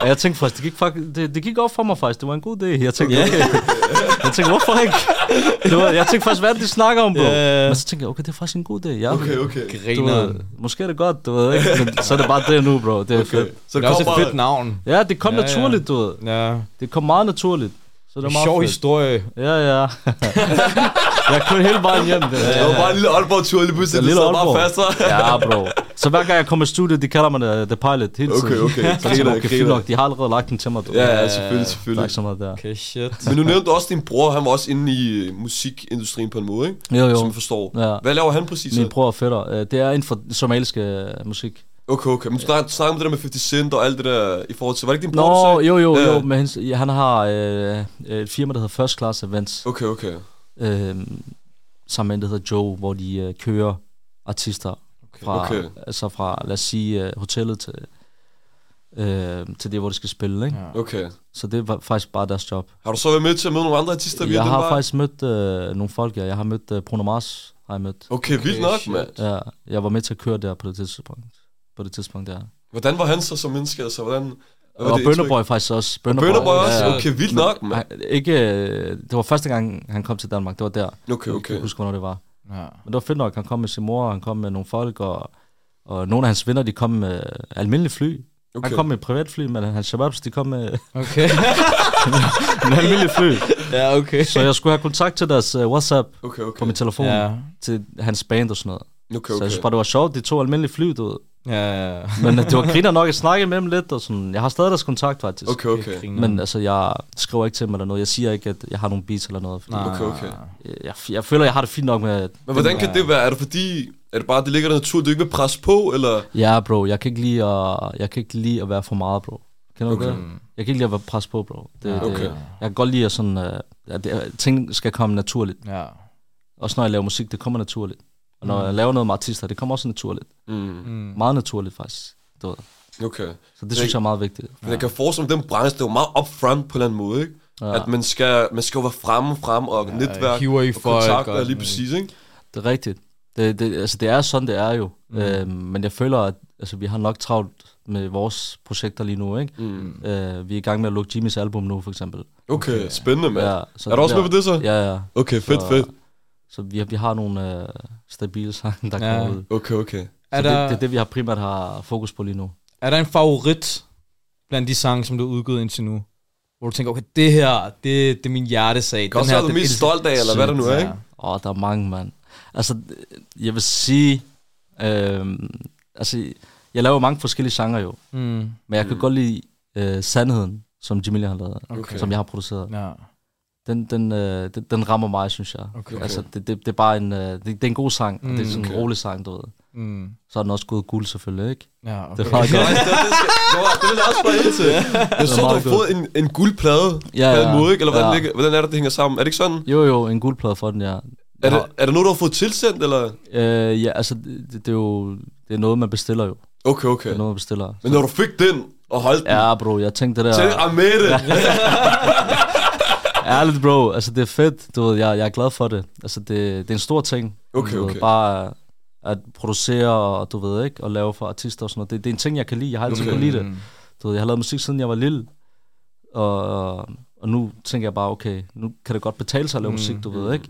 Speaker 4: Og jeg tænkte faktisk, det gik, faktisk det, det gik op for mig faktisk, det var en god idé. Jeg tænkte, okay. jeg tænkte hvorfor ikke? Det var, jeg tænkte faktisk, hvad er det, de snakker om, bro?
Speaker 3: Ja.
Speaker 4: Men så tænkte jeg, okay, det er faktisk en god idé. Ja,
Speaker 2: Okay, okay.
Speaker 4: Du
Speaker 3: Griner.
Speaker 4: ved, måske er det godt, du ved ikke, men så er det bare det nu, bro. Det er okay.
Speaker 2: okay.
Speaker 4: fedt.
Speaker 2: Så
Speaker 3: Det
Speaker 2: det
Speaker 3: er også
Speaker 2: kommer
Speaker 3: et fedt navn.
Speaker 4: Ja, det kom
Speaker 3: Ja,
Speaker 4: ja,
Speaker 3: ja.
Speaker 4: naturligt, du ved.
Speaker 3: Ja.
Speaker 4: Det kom meget naturligt. Så det var meget
Speaker 3: Sjov
Speaker 4: fedt.
Speaker 3: historie.
Speaker 4: Ja, ja. jeg kørte hele vejen hjem. Det
Speaker 2: Det var bare en lille Aalborg-tur, lige pludselig.
Speaker 4: Det er
Speaker 2: Det
Speaker 4: lille
Speaker 2: sad bare
Speaker 4: Aalborg.
Speaker 2: fast, så.
Speaker 4: Ja, bro. Så hver gang jeg kommer i studiet, de kalder mig øh, The, the Pilot hele tiden.
Speaker 2: Okay, okay.
Speaker 4: Så er jeg sådan,
Speaker 2: Griner,
Speaker 4: okay, fint
Speaker 2: griner.
Speaker 4: nok, de har allerede lagt den til mig. Du.
Speaker 2: Ja, ja,
Speaker 4: ja.
Speaker 2: selvfølgelig,
Speaker 4: Der er
Speaker 2: selvfølgelig.
Speaker 4: ikke så meget der.
Speaker 3: Okay, shit.
Speaker 2: Men nu nævnte du også din bror, han var også inde i øh, musikindustrien på en måde, ikke?
Speaker 4: Jo,
Speaker 2: Som
Speaker 4: jo.
Speaker 2: jeg forstår.
Speaker 4: Ja.
Speaker 2: Hvad laver han præcis? så?
Speaker 4: Min bror og fætter. øh, Det er inden for den somaliske øh, musik.
Speaker 2: Okay, okay. Men du snakker, du snakker om det der med 50 Cent og alt det der i forhold til... Var det ikke din bror, du
Speaker 4: Nå,
Speaker 2: sagde?
Speaker 4: jo, jo,
Speaker 2: Ja.
Speaker 4: jo. Men hans, ja, han har øh, et firma, der hedder First Class Events.
Speaker 2: Okay, okay.
Speaker 4: Øh, sammen med en, der hedder Joe, hvor de øh, kører artister fra,
Speaker 2: Okay.
Speaker 4: altså fra, lad os sige, øh, hotellet til, øh, til det, hvor de skal spille. Ikke?
Speaker 3: Ja.
Speaker 2: Okay.
Speaker 4: Så det var faktisk bare deres job.
Speaker 2: Har du så været med til at møde nogle andre artister? via
Speaker 4: Jeg
Speaker 2: den
Speaker 4: har
Speaker 2: vej?
Speaker 4: faktisk mødt øh, nogle folk, ja. Jeg har mødt øh, Bruno Mars, har jeg mødt.
Speaker 2: Okay, vildt nok,
Speaker 3: shit.
Speaker 2: mand.
Speaker 4: Ja, jeg var med til at køre der på det tidspunkt. På det tidspunkt der.
Speaker 2: Hvordan var han så som menneske? Altså, hvordan... hvad var
Speaker 4: Og
Speaker 2: det indtryk?
Speaker 4: Bønderboy faktisk også. Bønderboy,
Speaker 2: Bønderboy også?
Speaker 3: ja.
Speaker 2: Okay, vildt nok, mand.
Speaker 4: Han, ikke, øh, det var første gang, han kom til Danmark. Det var der.
Speaker 2: Okay,
Speaker 4: Jeg kan
Speaker 2: okay.
Speaker 4: ikke huske, hvornår det var.
Speaker 3: Ja.
Speaker 4: Men det var fedt nok. Han kom med sin mor, og han kom med nogle folk, og, og nogle af hans venner, de kom med almindelige fly. Okay.
Speaker 2: Okay.
Speaker 4: Han kom med et privatfly, men hans shababs, de kom med
Speaker 3: Okay.
Speaker 4: en almindelig fly.
Speaker 3: ja, okay.
Speaker 4: Så jeg skulle have kontakt til deres uh, WhatsApp
Speaker 2: Okay, okay.
Speaker 4: på min telefon,
Speaker 3: Ja.
Speaker 4: ja. til hans band og sådan noget.
Speaker 2: Okay,
Speaker 4: Så jeg
Speaker 2: okay.
Speaker 4: synes bare, det var sjovt, de to almindelige fly, du ved.
Speaker 3: Ja, ja.
Speaker 4: Men øh, det var griner nok at snakke med dem lidt, og sådan. Jeg har stadig deres kontakt, faktisk.
Speaker 2: Okay, okay.
Speaker 4: Men altså, jeg skriver ikke til dem eller noget. Jeg siger ikke, at jeg har nogle beats eller noget. Fordi
Speaker 3: Nej.
Speaker 2: Okay, okay.
Speaker 4: jeg, jeg, jeg føler, jeg har det fint nok med...
Speaker 2: Men hvordan kan det være? Er det fordi, er det bare, det ligger der naturligt, du ikke vil presse på, eller?
Speaker 4: Ja, bro, jeg kan ikke lide at, jeg kan ikke lide at være for meget, bro. Kender du
Speaker 2: Okay.
Speaker 4: det? Jeg kan ikke lide at være pres på, bro. Det,
Speaker 2: Okay.
Speaker 4: det, jeg kan godt lide at sådan... Uh, at det, ting skal komme naturligt.
Speaker 3: Ja.
Speaker 4: Også når jeg laver musik, det kommer naturligt. Og når jeg laver noget med artister, det kommer også naturligt.
Speaker 2: Mm.
Speaker 3: Mm.
Speaker 4: Meget naturligt, faktisk. Du ved.
Speaker 2: Okay.
Speaker 4: Så det synes jeg er meget vigtigt.
Speaker 2: Men jeg kan forestille mig, at den branche, det er jo meget upfront på en eller anden måde, ikke? Ja. At man skal, man skal jo være fremme, frem og ja, netværk
Speaker 3: hiver i
Speaker 2: og
Speaker 3: folk
Speaker 2: kontakter,
Speaker 3: og
Speaker 2: lige
Speaker 3: sådan
Speaker 2: præcis, ikke?
Speaker 4: Det er rigtigt. Det, det, altså, det er sådan, det er jo. Mm. Øhm, men jeg føler, at altså, vi har nok travlt med vores projekter lige nu. Ikke?
Speaker 2: Mm.
Speaker 4: Øh, vi er i gang med at lukke Jimmys album nu, for eksempel.
Speaker 2: Okay, spændende, mand. Ja.
Speaker 4: så
Speaker 2: Er du også
Speaker 4: der-
Speaker 2: med på det så?
Speaker 4: Ja, ja.
Speaker 2: Okay, fedt,
Speaker 4: Så-
Speaker 2: fedt.
Speaker 4: Så vi, har- vi har nogle øh, stabile sange, der
Speaker 3: Ja.
Speaker 4: kommer ud.
Speaker 2: Okay, okay.
Speaker 3: Er
Speaker 4: Så
Speaker 3: der,
Speaker 4: det, det er det, vi har primært har fokus på lige nu.
Speaker 3: er der en favorit blandt de sange, som du har udgivet indtil nu? Hvor du tænker, okay, det her, det, det er min hjertesag.
Speaker 2: Kan også være, du er mest stolt af, eller hvad der nu er, ikke?
Speaker 4: Åh, der er mange, mand. Altså, d- jeg vil sige... Øh, altså, jeg laver mange forskellige genrer jo.
Speaker 3: Mm.
Speaker 4: Men jeg kan godt lide øh, Sandheden, som Jamila har lavet,
Speaker 2: Okay.
Speaker 4: som jeg har produceret.
Speaker 3: Ja.
Speaker 4: den, den, øh, den, den rammer mig, synes jeg.
Speaker 3: Okay.
Speaker 4: Altså, det, det, det er bare en, øh, det, det er en god sang, mm, det er sådan en
Speaker 2: okay.
Speaker 4: rolig sang, du ved.
Speaker 3: Mm.
Speaker 4: Så er den også gået guld, selvfølgelig, ikke?
Speaker 3: Ja, okay.
Speaker 4: Det er meget godt.
Speaker 2: Nej, det, det, skal, Nå, det vil jeg også bare ind til. Jeg så,
Speaker 4: Det er
Speaker 2: du
Speaker 4: meget
Speaker 2: har fået en, en guldplade
Speaker 4: Ja,
Speaker 2: ja, på en
Speaker 4: ja.
Speaker 2: måde, ikke? Eller hvordan,
Speaker 4: Ja.
Speaker 2: ligger, hvordan er det, det hænger sammen? Er det ikke sådan?
Speaker 4: Jo, jo, en guldplade for den, ja.
Speaker 2: Er, det, er der noget, du har fået tilsendt, eller?
Speaker 4: Øh, ja, altså, det, det, er jo det er noget, man bestiller jo. Det
Speaker 2: Okay, okay.
Speaker 4: er noget, man bestiller.
Speaker 2: Men når du fik den og holdt den,
Speaker 4: Ja, bro, jeg tænkte det
Speaker 2: så
Speaker 4: der.
Speaker 2: er med det.
Speaker 4: Ærligt, bro. Altså, det er fedt. Du ved, jeg, jeg er glad for det. Altså, det, det er en stor ting.
Speaker 2: Okay,
Speaker 4: du ved,
Speaker 2: okay.
Speaker 4: Bare at producere og, du ved ikke, og lave for artister og sådan noget. Det, det er en ting, jeg kan lide. Jeg har altid
Speaker 2: Okay. Mm.
Speaker 4: okay. kunne lide det. Du ved, jeg har lavet musik, siden jeg var lille. Og, og- og nu tænker jeg bare, okay, nu kan det godt betale sig at lave mm, musik, du ved, ikke?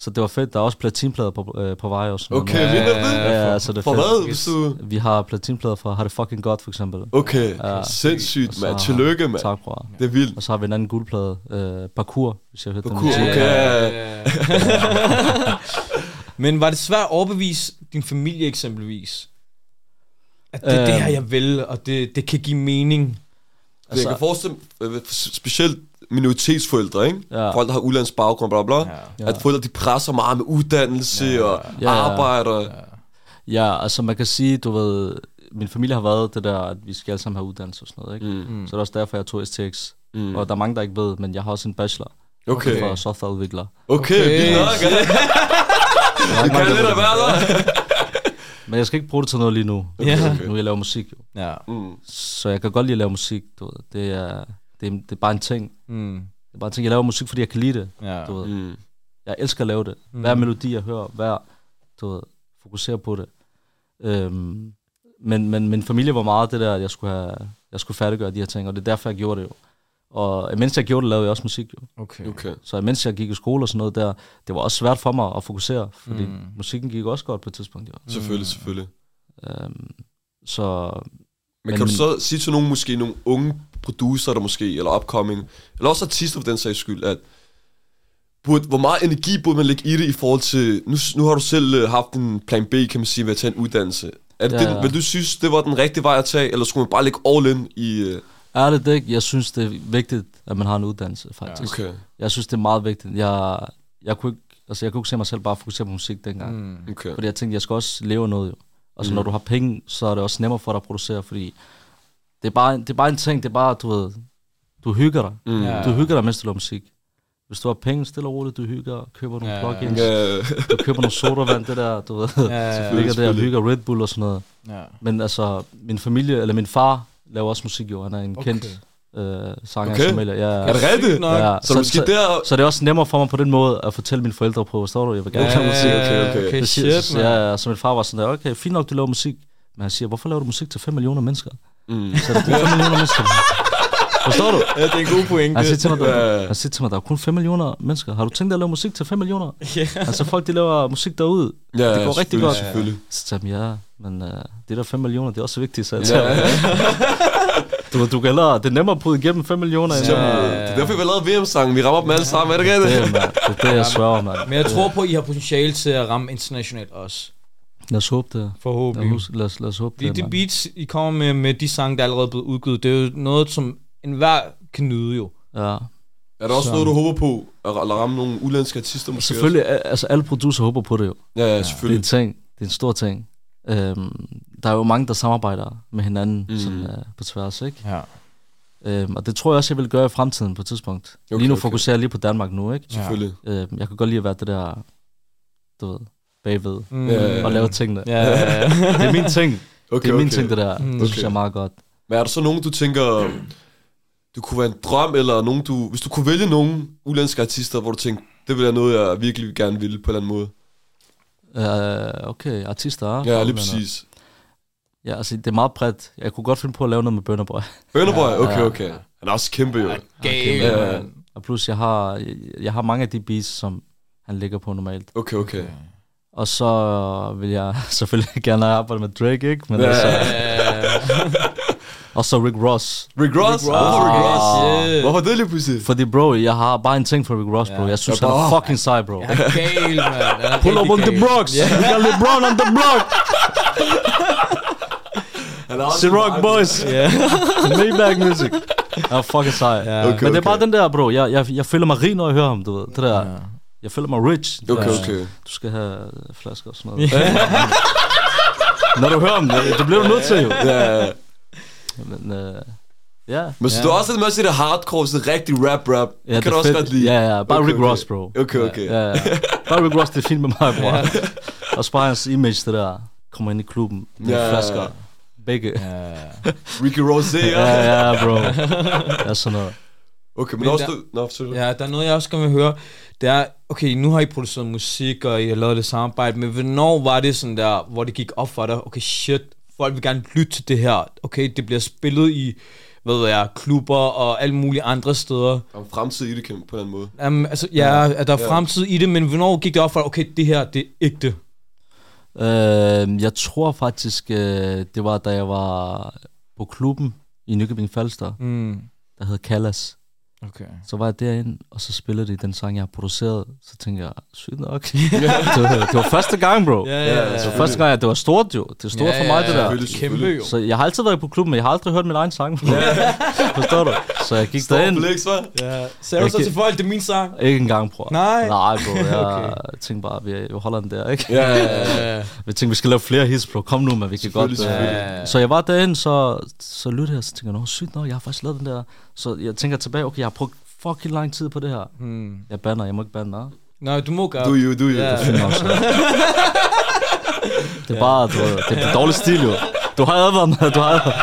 Speaker 4: Så det var fedt. Der er også platinplader på, øh, på vej og sådan
Speaker 2: Okay,
Speaker 4: noget.
Speaker 2: ja, vinder det.
Speaker 4: Ja, ja, så det er
Speaker 2: For
Speaker 4: fedt.
Speaker 2: hvad, hvis du...
Speaker 4: Vi har platinplader fra Har det fucking godt, for eksempel.
Speaker 2: Okay,
Speaker 4: Ja.
Speaker 2: sindssygt,
Speaker 4: Og så-
Speaker 2: mand. Tillykke, mand.
Speaker 4: Tak, bror.
Speaker 2: Det er vildt.
Speaker 4: Og så har vi en anden guldplade, øh, Parkour, hvis jeg har hørt
Speaker 2: Parkour,
Speaker 4: den.
Speaker 2: okay.
Speaker 3: ja, ja. Men var det svært at overbevise din familie eksempelvis? At det, det
Speaker 4: Øhm.
Speaker 3: her, jeg vil, og det, det kan give mening.
Speaker 2: Altså, jeg kan forestille øh, specielt minoritetsforældre, ikke?
Speaker 4: Ja.
Speaker 2: Folk, der har udlandsbaggrund, bla bla. Ja.
Speaker 4: Ja.
Speaker 2: At forældre, de presser meget med uddannelse ja. og
Speaker 4: Ja.
Speaker 2: ja. arbejde. Ja.
Speaker 4: Ja, altså man kan sige, du ved, min familie har været det der, at vi skal alle sammen have uddannelse og sådan noget, ikke? Mm. Så det er også derfor, jeg tog STX. Mm. Og der er mange, der ikke ved, men jeg har også en bachelor
Speaker 2: Okay.
Speaker 4: for softwareudvikler.
Speaker 2: Okay, okay. vildt nok. er det- Det kan lidt af være der.
Speaker 4: Men jeg skal ikke bruge det til noget lige nu.
Speaker 3: Okay, Ja.
Speaker 2: okay.
Speaker 4: Nu jeg laver musik jo.
Speaker 3: Ja.
Speaker 2: Mm.
Speaker 4: Så jeg kan godt lide at lave musik, du ved. Det er, det er, det er bare en ting.
Speaker 3: Mm.
Speaker 4: Det er bare en ting. Jeg laver musik, fordi jeg kan lide det,
Speaker 3: ja.
Speaker 4: du ved.
Speaker 2: Mm.
Speaker 4: Jeg elsker at lave det. Hver melodi, jeg hører, hver, du ved, fokuserer på det. Øhm, men, men min familie var meget det der, at jeg skulle, have, jeg skulle færdiggøre de her ting, og det er derfor, jeg gjorde det jo. Og imens jeg gjorde det, lavede jeg også musik jo.
Speaker 3: Okay.
Speaker 2: Okay.
Speaker 4: Så imens jeg gik i skole og sådan noget der, det var også svært for mig at fokusere, fordi mm. musikken gik også godt på et tidspunkt jo.
Speaker 2: Selvfølgelig, selvfølgelig.
Speaker 4: Øhm, så
Speaker 2: Men,
Speaker 4: Men-
Speaker 2: kan du så sige til nogle, måske nogle unge producer, der måske, eller upcoming, eller også artister for den sags skyld, at burde, hvor meget energi burde man lægge i det i forhold til, nu, nu har du selv øh, haft en plan B, kan man sige, ved at tage en uddannelse. Er det
Speaker 4: Ja,
Speaker 2: ja,
Speaker 4: ja.
Speaker 2: den, vil du synes, det var den rigtige vej at tage, eller skulle man bare lægge all in i... øh,
Speaker 4: er det det ikke. Jeg synes, det er vigtigt, at man har en uddannelse faktisk.
Speaker 2: Okay,
Speaker 4: Jeg synes, det er meget vigtigt. Jeg, jeg, kunne ikke, altså, jeg kunne ikke se mig selv bare fokusere på musik dengang. Mm.
Speaker 2: okay.
Speaker 4: Fordi jeg tænkte, jeg skal også leve af noget jo. Altså mm. når du har penge, så er det også nemmere for dig at producere, fordi det er bare, det er bare en ting, det er bare, du ved, du hygger dig.
Speaker 2: Mm.
Speaker 3: Ja.
Speaker 4: Du hygger dig, mens du laver musik. Hvis du har penge, stille og roligt, du hygger, køber nogle
Speaker 3: Ja.
Speaker 4: plugins,
Speaker 2: Ja,
Speaker 4: du køber nogle sodavand, det der, du ved.
Speaker 3: Ja, ja, ja.
Speaker 4: ligger der og
Speaker 2: selvfølgelig.
Speaker 4: hygger Red Bull og sådan noget.
Speaker 3: ja.
Speaker 4: Men altså, min familie, eller min far, laver også musik jo. Han er en
Speaker 3: Okay.
Speaker 4: okay. kendt øh, sanger
Speaker 2: Okay.
Speaker 4: okay. som Ja, ja.
Speaker 2: er det rigtigt?
Speaker 3: Sygt nok.
Speaker 4: Ja,
Speaker 2: Så måske
Speaker 4: så,
Speaker 2: der-
Speaker 4: så det er også nemmere for mig på den måde at fortælle mine forældre på, forstår du, jeg vil gerne lave musik.
Speaker 2: okay, okay.
Speaker 3: okay
Speaker 4: Så
Speaker 3: shit,
Speaker 4: siger, så,
Speaker 3: man.
Speaker 4: ja, ja, så min far var sådan der, okay, fint nok, du laver musik. Men han siger, hvorfor laver du musik til 5 millioner mennesker?
Speaker 2: Mm.
Speaker 4: Så er det 5 millioner mennesker. Forstår du?
Speaker 3: Ja, det er en god pointe.
Speaker 4: Han siger, til mig,
Speaker 2: Ja,
Speaker 4: der,
Speaker 2: ja.
Speaker 4: han siger til mig, der er kun 5 millioner mennesker. Har du tænkt dig at lave musik til 5 millioner?
Speaker 3: Ja.
Speaker 4: Altså folk, de laver musik derude.
Speaker 2: Ja,
Speaker 4: det går rigtig
Speaker 2: selvfølgelig,
Speaker 4: godt.
Speaker 2: Selvfølgelig.
Speaker 4: Så sagde jeg, ja, men uh, det der 5 millioner, det er også vigtigt, så jeg
Speaker 2: Ja,
Speaker 4: tager
Speaker 2: ja.
Speaker 4: Du, ved, du kan hellere, det er nemmere at bryde igennem 5 millioner end
Speaker 2: Så,
Speaker 4: ja.
Speaker 2: øh, Det er derfor, vi har lavet VM-sangen. Vi rammer dem alle sammen, er det
Speaker 4: det,
Speaker 2: rigtigt?
Speaker 4: er, mand. det er det, jeg sværger, mand.
Speaker 3: Men jeg tror på, at I har potentiale til at ramme internationalt også.
Speaker 4: Lad os håbe det. Lad
Speaker 3: Forhåbentlig.
Speaker 4: os, lad os, lad os håbe
Speaker 3: Fordi
Speaker 4: det,
Speaker 3: de
Speaker 4: mand.
Speaker 3: beats, I kommer med, med de sange, der er allerede blevet udgivet, det er jo noget, som enhver kan nyde jo.
Speaker 4: Ja.
Speaker 2: Er der også
Speaker 3: Så-
Speaker 2: noget, du håber på? At at ramme nogle udenlandske artister måske?
Speaker 4: Selvfølgelig, al- altså alle producer håber på det jo.
Speaker 2: også? Ja, ja,
Speaker 4: Det er en
Speaker 2: selvfølgelig.
Speaker 4: ting. Det er en stor ting. Øhm, der er jo mange, der samarbejder med hinanden mm. sådan, øh, på tværs, ikke?
Speaker 3: Ja.
Speaker 4: Øhm, og det tror jeg også, jeg vil gøre i fremtiden på et tidspunkt. Okay,
Speaker 2: Okay,
Speaker 4: lige nu
Speaker 2: okay.
Speaker 4: fokuserer jeg lige på Danmark nu, ikke?
Speaker 2: Selvfølgelig.
Speaker 4: Øhm, jeg kan godt lide at være det der, du ved, bagved.
Speaker 3: Mm.
Speaker 2: Ja, Øh. ja, ja.
Speaker 4: Og lave tingene.
Speaker 3: Ja, ja, ja.
Speaker 4: Det er min ting. Okay,
Speaker 2: Okay,
Speaker 4: det er min
Speaker 2: okay.
Speaker 4: ting, det der. Det synes
Speaker 2: Okay.
Speaker 4: jeg er meget godt.
Speaker 2: Men er der så nogen, du tænker, du kunne være en drøm, eller nogen, du, hvis du kunne vælge nogen udenlandske artister, hvor du tænkte, det ville være noget, jeg virkelig gerne ville på en eller anden måde?
Speaker 4: Øh, okay, artister. ah,
Speaker 2: Ja,
Speaker 4: fagmænd,
Speaker 2: lige
Speaker 4: ah.
Speaker 2: præcis.
Speaker 4: Ja, altså, det er meget bredt. Jeg kunne godt finde på at lave noget med Burner Boy.
Speaker 2: Bønderboy, okay, okay. Han er også kæmpe, jo.
Speaker 3: Gale,
Speaker 2: Ja, ja.
Speaker 3: mand.
Speaker 4: Og plus, jeg har, jeg, jeg har mange af de beats, som han ligger på normalt.
Speaker 2: Okay, okay.
Speaker 4: Og så vil jeg selvfølgelig gerne arbejde med Drake, ikke? Men
Speaker 2: Ja.
Speaker 4: altså,
Speaker 3: Øh,
Speaker 4: og så Rick Ross.
Speaker 2: Rick Ross?
Speaker 3: Ah.
Speaker 2: Hvorfor
Speaker 4: Ah.
Speaker 2: Rick Ross?
Speaker 3: shit.
Speaker 2: Hvorfor det lige pludselig?
Speaker 4: Fordi bro, jeg har bare en ting for Rick Ross, bro. Jeg synes,
Speaker 2: Ja,
Speaker 4: han er
Speaker 2: bare-
Speaker 4: fucking sej, bro.
Speaker 3: Han er gale, mand. Han er
Speaker 4: Pull up
Speaker 3: rigtig
Speaker 4: on the
Speaker 3: gale.
Speaker 4: Bronx. We got LeBron on the block.
Speaker 2: Han er også
Speaker 4: Ciroc boys.
Speaker 3: Ja.
Speaker 4: Maybach music. er fucking sej. Ja.
Speaker 3: Ja.
Speaker 4: Okay, Men det er bare den der, bro. Jeg, jeg, jeg føler mig rig, når jeg hører ham, du ved. Det der,
Speaker 3: Ja.
Speaker 4: Jeg føler mig rich. Det
Speaker 2: Okay,
Speaker 4: der,
Speaker 2: okay.
Speaker 4: Du skal have flasker og sådan noget. når du hører om det, det bliver du nødt til jo.
Speaker 2: Ja.
Speaker 4: Men, øh, ja.
Speaker 2: Men så
Speaker 3: Ja.
Speaker 2: du er også lidt med at sige det hardcore, så det rigtig rap-rap. Ja, det kan du
Speaker 4: er
Speaker 2: også
Speaker 4: fedt.
Speaker 2: godt lide.
Speaker 4: Ja, ja. Bare
Speaker 2: Okay,
Speaker 4: Rick
Speaker 2: okay.
Speaker 4: Ross, bro.
Speaker 2: Okay, okay.
Speaker 4: Ja, ja. Bare Rick Ross, det er fint med mig, bro. Og bare hans image, det der. Kommer ind i klubben med
Speaker 2: Ja.
Speaker 4: flasker. Begge.
Speaker 2: Ricky Rosé, ja.
Speaker 4: Ja, ja, bro. Ja, sådan noget.
Speaker 2: Okay, men,
Speaker 3: Men
Speaker 2: også
Speaker 3: der-
Speaker 2: du... Nå, sorry.
Speaker 3: Ja, der er noget, jeg også gerne vil høre. Det er, okay, nu har I produceret musik, og I har lavet det samarbejde, men hvornår var det sådan der, hvor det gik op for dig, okay, shit, folk vil gerne lytte til det her. Okay, det bliver spillet i, hvad ved jeg, klubber og alle mulige andre steder.
Speaker 2: Om fremtid i det kan på den måde.
Speaker 3: Um, altså, ja, er der fremtid i det, men hvornår gik det op for dig, okay, det her, det er ægte.
Speaker 4: Øh, jeg tror faktisk, øh, det var, da jeg var på klubben i Nykøbing Falster,
Speaker 3: Mm,
Speaker 4: der hed Callas.
Speaker 3: okay.
Speaker 4: Så var jeg derinde, og så spillede de den sang, jeg har produceret. Så tænkte jeg, sygt nok. det, var, det var første gang, bro.
Speaker 3: Ja, ja, ja.
Speaker 4: Det var første gang, at det var stort jo. Det er stort
Speaker 3: Ja,
Speaker 4: for mig, det
Speaker 3: ja,
Speaker 4: der.
Speaker 3: ja. Kæmpe jo.
Speaker 4: Så jeg har altid været på klubben, men jeg har aldrig hørt min egen sang. Forstår du? Så jeg gik
Speaker 2: Stor
Speaker 4: derind.
Speaker 2: blik, hva'?
Speaker 3: Ja. Sagde du
Speaker 4: Jeg
Speaker 3: så
Speaker 4: kan-
Speaker 3: til folk, det er min sang?
Speaker 4: Ikke engang, bror.
Speaker 3: Nej.
Speaker 4: Nej, bro. Jeg
Speaker 3: Okay.
Speaker 4: tænkte bare, vi er jo holder den der, ikke?
Speaker 2: Ja, ja, ja.
Speaker 3: Ja,
Speaker 4: Vi tænkte, vi skal lave flere hits, bro. Kom nu, men vi kan godt...
Speaker 2: Selvfølgelig,
Speaker 4: øh,
Speaker 2: selvfølgelig.
Speaker 4: Så jeg var derinde, så, så lyttede jeg, og så tænkte jeg, nå, sygt nok, jeg har faktisk lavet den der. Så jeg tænker tilbage, okay, jeg har brugt fucking lang tid på det her.
Speaker 3: hmm.
Speaker 4: Jeg banner, jeg må ikke bande, nej.
Speaker 3: Nej, du må gøre.
Speaker 2: Do you, do you.
Speaker 3: Ja.
Speaker 4: Fint nok, så. Det er bare, du, ved, det er på dårlig stil, jo. Du har advaret mig, du har advaret.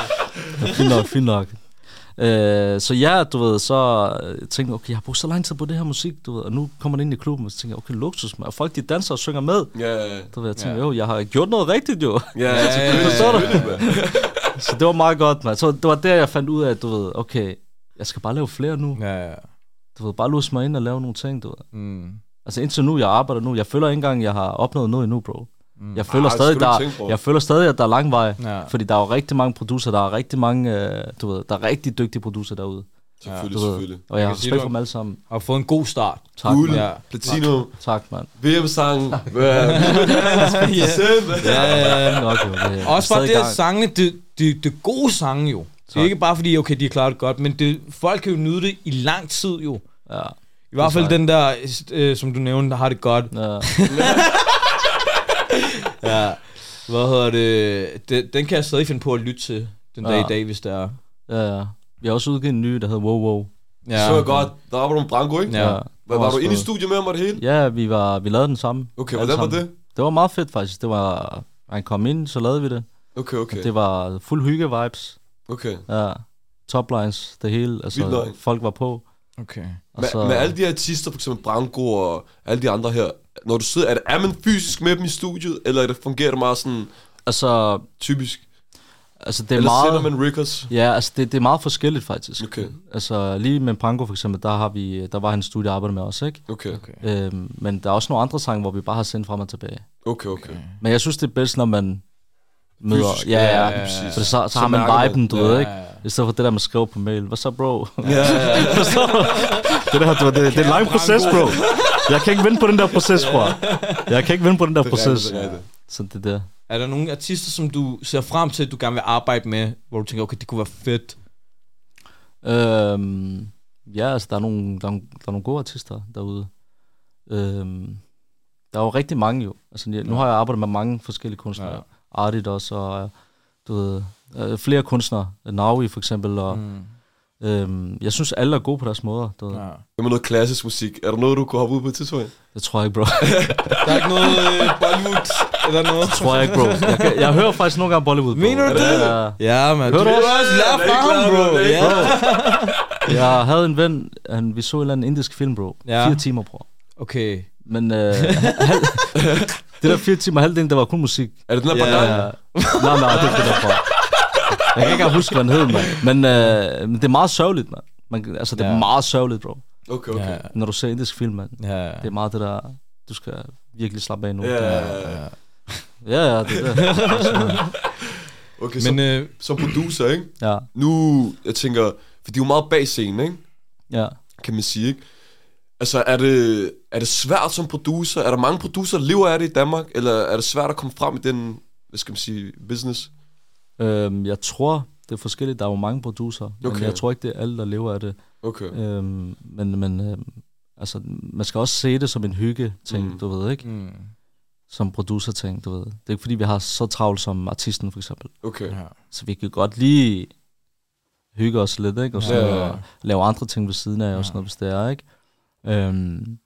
Speaker 4: Ja, fint nok, fint nok. Øh, så ja, du ved, så øh, tænkte jeg, okay, jeg har brugt så lang tid på det her musik, du ved, og nu kommer det ind i klubben, og så tænker jeg, okay, luksus, man. Og folk, de danser og synger med.
Speaker 2: Ja, ja, ja.
Speaker 4: Du ved, jeg tænker,
Speaker 3: Ja.
Speaker 4: jo, jeg har gjort noget rigtigt, jo.
Speaker 2: Ja,
Speaker 3: Ja,
Speaker 2: selvfølgelig,
Speaker 3: ja, ja.
Speaker 4: Forstår du?
Speaker 2: selvfølgelig, mand.
Speaker 4: Så det var meget godt, man. Så det var der, jeg fandt ud af, at du ved, okay, jeg skal bare lave flere nu.
Speaker 3: Ja, ja.
Speaker 4: Du ved, bare låse mig ind og lave nogle ting, du ved.
Speaker 3: Mm.
Speaker 4: Altså indtil nu, jeg arbejder nu, jeg føler ikke engang, jeg har opnået noget endnu, bro. Jeg føler,
Speaker 2: Mm. Ej,
Speaker 4: stadig,
Speaker 2: skal du
Speaker 4: der,
Speaker 2: tænke, bro.
Speaker 4: jeg føler stadig, at der er lang vej.
Speaker 3: Ja.
Speaker 4: Fordi der er jo rigtig mange producer, der er rigtig mange, øh, du ved, der er rigtig dygtige producer derude.
Speaker 2: Selvfølgelig,
Speaker 4: Du ved.
Speaker 2: selvfølgelig.
Speaker 4: Og jeg har
Speaker 3: kan sige,
Speaker 4: respekt
Speaker 3: du-
Speaker 4: for dem alle sammen.
Speaker 3: Har fået en god start.
Speaker 4: Tak,
Speaker 2: Guld,
Speaker 4: mand.
Speaker 3: Ja.
Speaker 2: platino,
Speaker 4: Tak, mand.
Speaker 2: VM-sang, ja.
Speaker 3: Ja, ja, ja.
Speaker 4: Nok, jo, det
Speaker 3: Også
Speaker 4: er
Speaker 3: bare
Speaker 4: stadig
Speaker 3: det, at
Speaker 4: gang.
Speaker 3: sangene, det, det, det er gode sange jo. Det er
Speaker 4: Tak.
Speaker 3: ikke bare fordi, okay, de har klaret det godt, men det, folk kan jo nyde det i lang tid jo.
Speaker 4: Ja.
Speaker 3: I hvert fald
Speaker 4: sagt.
Speaker 3: den der, øh, som du nævnte, der har det godt.
Speaker 4: Ja.
Speaker 3: Ja. Hvad hedder det? Den, den kan jeg stadig finde på at lytte til den dag
Speaker 4: Ja.
Speaker 3: i dag, hvis det er.
Speaker 4: ja, ja. Vi har også udgivet en ny, der hedder Wow Wow.
Speaker 3: Ja.
Speaker 2: Så godt. Der var du med Branko, ikke?
Speaker 3: Ja.
Speaker 2: Var, var du inde i studiet med ham og det hele?
Speaker 4: Ja, vi, var, vi lavede den sammen.
Speaker 2: Okay,
Speaker 4: Alle
Speaker 2: hvordan var
Speaker 4: sammen.
Speaker 2: det?
Speaker 4: Det var meget fedt, faktisk. Det var, han kom ind, så lavede vi det.
Speaker 2: Okay, okay.
Speaker 4: Det var fuld hygge-vibes.
Speaker 2: okay.
Speaker 4: Ja. Toplines, det hele.
Speaker 2: Vildt
Speaker 4: Altså,
Speaker 2: nok.
Speaker 4: folk var på.
Speaker 3: Okay.
Speaker 4: Og
Speaker 2: Med,
Speaker 4: så-
Speaker 2: med alle de her artister, for eksempel Branko og alle de andre her, når du sidder, er, det, er man fysisk med dem i studiet, eller er det, fungerer det meget sådan
Speaker 4: Altså,
Speaker 2: typisk?
Speaker 4: altså det er
Speaker 2: Eller
Speaker 4: meget...
Speaker 2: sender man records?
Speaker 4: Ja, altså det, det er meget forskelligt faktisk.
Speaker 2: Okay.
Speaker 4: Altså lige med Panko for eksempel, der, har vi, der var han studie jeg arbejdede med også, ikke?
Speaker 2: Okay,
Speaker 3: Okay.
Speaker 4: Øhm, men der er også nogle andre sange, hvor vi bare har sendt frem og tilbage.
Speaker 2: okay, okay.
Speaker 4: Men jeg synes, det er bedst, når man møder...
Speaker 2: Fysisk,
Speaker 4: ja, ja,
Speaker 3: ja,
Speaker 4: ja,
Speaker 2: præcis.
Speaker 4: ja. For så, så,
Speaker 2: Så
Speaker 4: har man
Speaker 2: mærker man.
Speaker 4: viben, du ja, ved, ikke?
Speaker 3: ja.
Speaker 4: I stedet for det der, man skriver på mail. Hvad så, bro?
Speaker 2: Ja, ja, ja.
Speaker 4: Forstår du? det, der, det, det, det er en lang
Speaker 3: Branko.
Speaker 4: proces, bro. Jeg kan ikke vinde på den der proces, bro. Jeg kan ikke vinde på den der
Speaker 2: er rigtigt,
Speaker 4: proces.
Speaker 2: det er rigtigt.
Speaker 4: Så det der.
Speaker 3: Er der nogle artister, som du ser frem til, du gerne vil arbejde med, hvor du tænker, okay, det kunne være fedt?
Speaker 4: Øhm, ja, altså, der er, nogle, der, er, nogle- der er nogle gode artister derude. Øhm, der er jo rigtig mange jo. Altså, jeg, nu har jeg arbejdet med mange forskellige kunstnere.
Speaker 3: Ja.
Speaker 4: Ja. Artit også, og øh, du ved, øh, flere kunstnere. Naui for eksempel. Og,
Speaker 3: Mm.
Speaker 4: mm. øhm, jeg synes, alle er gode på deres måder. Du ved. Ja.
Speaker 3: Ja.
Speaker 2: Hvad med noget klassisk musik? Er der noget, du kunne hoppe ud på et tidspunkt?
Speaker 4: Det tror jeg ikke, bro.
Speaker 3: Der er ikke noget øh, Bollywood eller noget?
Speaker 4: Det tror jeg ikke, bro. Jeg, kan- jeg hører faktisk nogle gange Bollywood, bro.
Speaker 3: Mener du det?
Speaker 4: Ja.
Speaker 3: Ja, man.
Speaker 4: Hør du
Speaker 3: er
Speaker 4: også?
Speaker 2: Det er
Speaker 3: lære fra
Speaker 2: ikke
Speaker 3: ham,
Speaker 2: klart,
Speaker 3: bro.
Speaker 2: det er ikke
Speaker 3: Ja.
Speaker 4: Jeg havde en ven, han, vi så en eller anden indisk film, bro.
Speaker 3: Ja.
Speaker 4: Ja. Fire timer, bro.
Speaker 3: Okay.
Speaker 4: Men øh, hal- det der fire timer, halvdelen, der var kun musik.
Speaker 2: Er det den der yeah.
Speaker 4: Ja. Nej, nej, det er det derfra. Jeg kan ikke engang huske, hvad den hed, mand. Men, øh, men det er meget sørgeligt, mand. Man, altså, det er
Speaker 3: Ja.
Speaker 4: ja. meget sørgeligt, bro.
Speaker 2: Okay, okay.
Speaker 3: Ja.
Speaker 4: Når du ser indisk film, mand.
Speaker 3: Ja.
Speaker 4: Det er meget det der, du skal virkelig slappe af nu.
Speaker 2: Ja, ja, ja.
Speaker 4: ja, ja det er det.
Speaker 2: Okay,
Speaker 3: Men
Speaker 2: så,
Speaker 3: øh,
Speaker 2: som producer, ikke?
Speaker 4: Ja,
Speaker 2: Nu, jeg tænker, for de er jo meget bag scenen, ikke?
Speaker 4: ja.
Speaker 2: Kan man sige, ikke? Altså, er det, er det svært som producer? Er der mange producer, der lever af det i Danmark? Eller er det svært at komme frem i den, hvad skal man sige, business?
Speaker 4: Øhm, jeg tror, det er forskelligt. Der er jo mange producer, okay.
Speaker 2: Okay.
Speaker 4: men jeg tror ikke, det er alle, der lever af det.
Speaker 2: Okay.
Speaker 4: Øhm, men men øhm, altså, man skal også se det som en hygge-ting,
Speaker 2: Mm.
Speaker 4: mm. du ved, ikke?
Speaker 3: Mm.
Speaker 4: Som producer-ting, du ved. Det er ikke, fordi vi har så travlt som artisten, for eksempel.
Speaker 2: Okay.
Speaker 3: Ja.
Speaker 4: Så vi kan godt lige hygge os lidt, ikke? Og så
Speaker 2: Ja, ja,
Speaker 4: ja,
Speaker 2: ja.
Speaker 4: ja. lave andre ting ved siden af,
Speaker 3: Ja.
Speaker 4: og sådan noget, hvis det er, ikke? Øhm,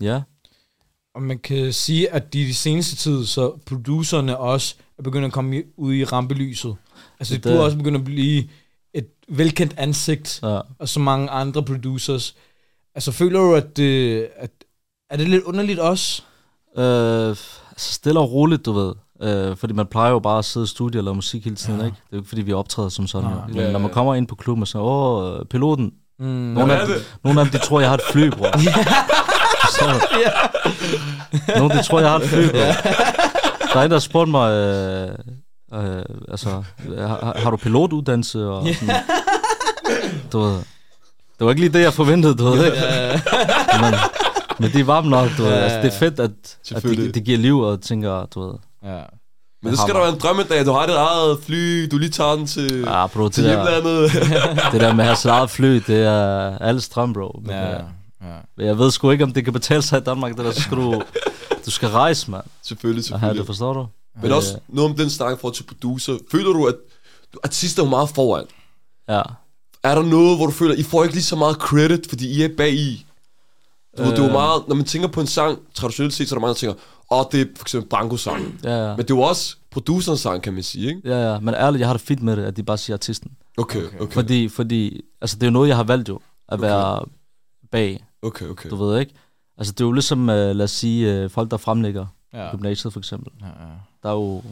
Speaker 4: ja.
Speaker 3: Og man kan sige, at de, de seneste tid, så producerne også er begyndt at komme i, ud i rampelyset. Altså,
Speaker 4: Det
Speaker 3: det burde
Speaker 4: er-
Speaker 3: også begynde at blive et velkendt ansigt,
Speaker 4: ja.
Speaker 3: og så mange andre producers. Altså, føler du, at det... At, er det lidt underligt også?
Speaker 4: Øh, altså stille og roligt, du ved. Øh, fordi man plejer jo bare at sidde i studiet og lave musik hele tiden,
Speaker 3: Ja.
Speaker 4: ja. ikke? Det er jo ikke, fordi vi optræder som sådan.
Speaker 3: Nej.
Speaker 4: jo. Men
Speaker 2: Ja, ja,
Speaker 4: når man
Speaker 2: ja.
Speaker 4: kommer ind på klubben og siger, åh, piloten.
Speaker 3: Mm.
Speaker 4: Nogle
Speaker 2: Hvad
Speaker 4: af,
Speaker 2: er
Speaker 4: dem,
Speaker 2: det?
Speaker 4: nogle af dem, de tror, jeg har et fly, bror. Så,
Speaker 3: Ja.
Speaker 4: nogle de tror, jeg har et fly, bror. Der er en, der spurgte mig, øh, øh, altså, har, har du pilotuddannelse? Og sådan, du ved, det var ikke lige det, jeg forventede, du ved, ikke?
Speaker 3: Øh,
Speaker 4: Men, men det er varmt nok, du ved. Altså, det er fedt, at, at
Speaker 2: Selvfølgelig.
Speaker 4: det, det giver liv, og tænker, du ved,
Speaker 3: ja.
Speaker 2: Men det skal da være en drømmedag. Du har dit eget fly. Du lige tager den til,
Speaker 4: Ja, "Ah, bro, det
Speaker 2: til
Speaker 4: der,
Speaker 2: hjemlandet.
Speaker 4: det der med at have sit eget fly, det er alles drøm, bro. Men,
Speaker 3: Ja.
Speaker 4: øh,
Speaker 3: ja.
Speaker 4: men jeg ved sgu ikke, om det kan betale sig i Danmark, det der, så skal du, du skal rejse, mand.
Speaker 2: selvfølgelig,
Speaker 4: Og have det,
Speaker 2: selvfølgelig.
Speaker 4: forstår du?
Speaker 2: Men også noget om den snak for til producer. Føler du, at du- artister er jo meget foran?
Speaker 4: Ja.
Speaker 2: Er der noget, hvor du føler, I får ikke lige så meget credit, fordi I er bag i? Du ved, det er jo
Speaker 4: Øh.
Speaker 2: meget, når man tænker på en sang, traditionelt set, så er der mange, der tænker, åh, oh, det er for eksempel Brankos sang.
Speaker 4: Ja, ja.
Speaker 2: Men det er jo også producerens sang, kan man sige, ikke?
Speaker 4: Ja, ja, men ærligt, jeg har det fedt med det, at de bare siger artisten.
Speaker 2: Okay, okay, okay,
Speaker 4: Fordi, fordi altså, det er jo noget, jeg har valgt jo, at være bag,
Speaker 2: okay. okay.
Speaker 4: du ved ikke? Altså, det er jo ligesom, øh, lad os sige, øh, folk, der fremlægger
Speaker 3: Ja.
Speaker 4: gymnasiet for eksempel.
Speaker 3: Ja, ja.
Speaker 4: Der er jo,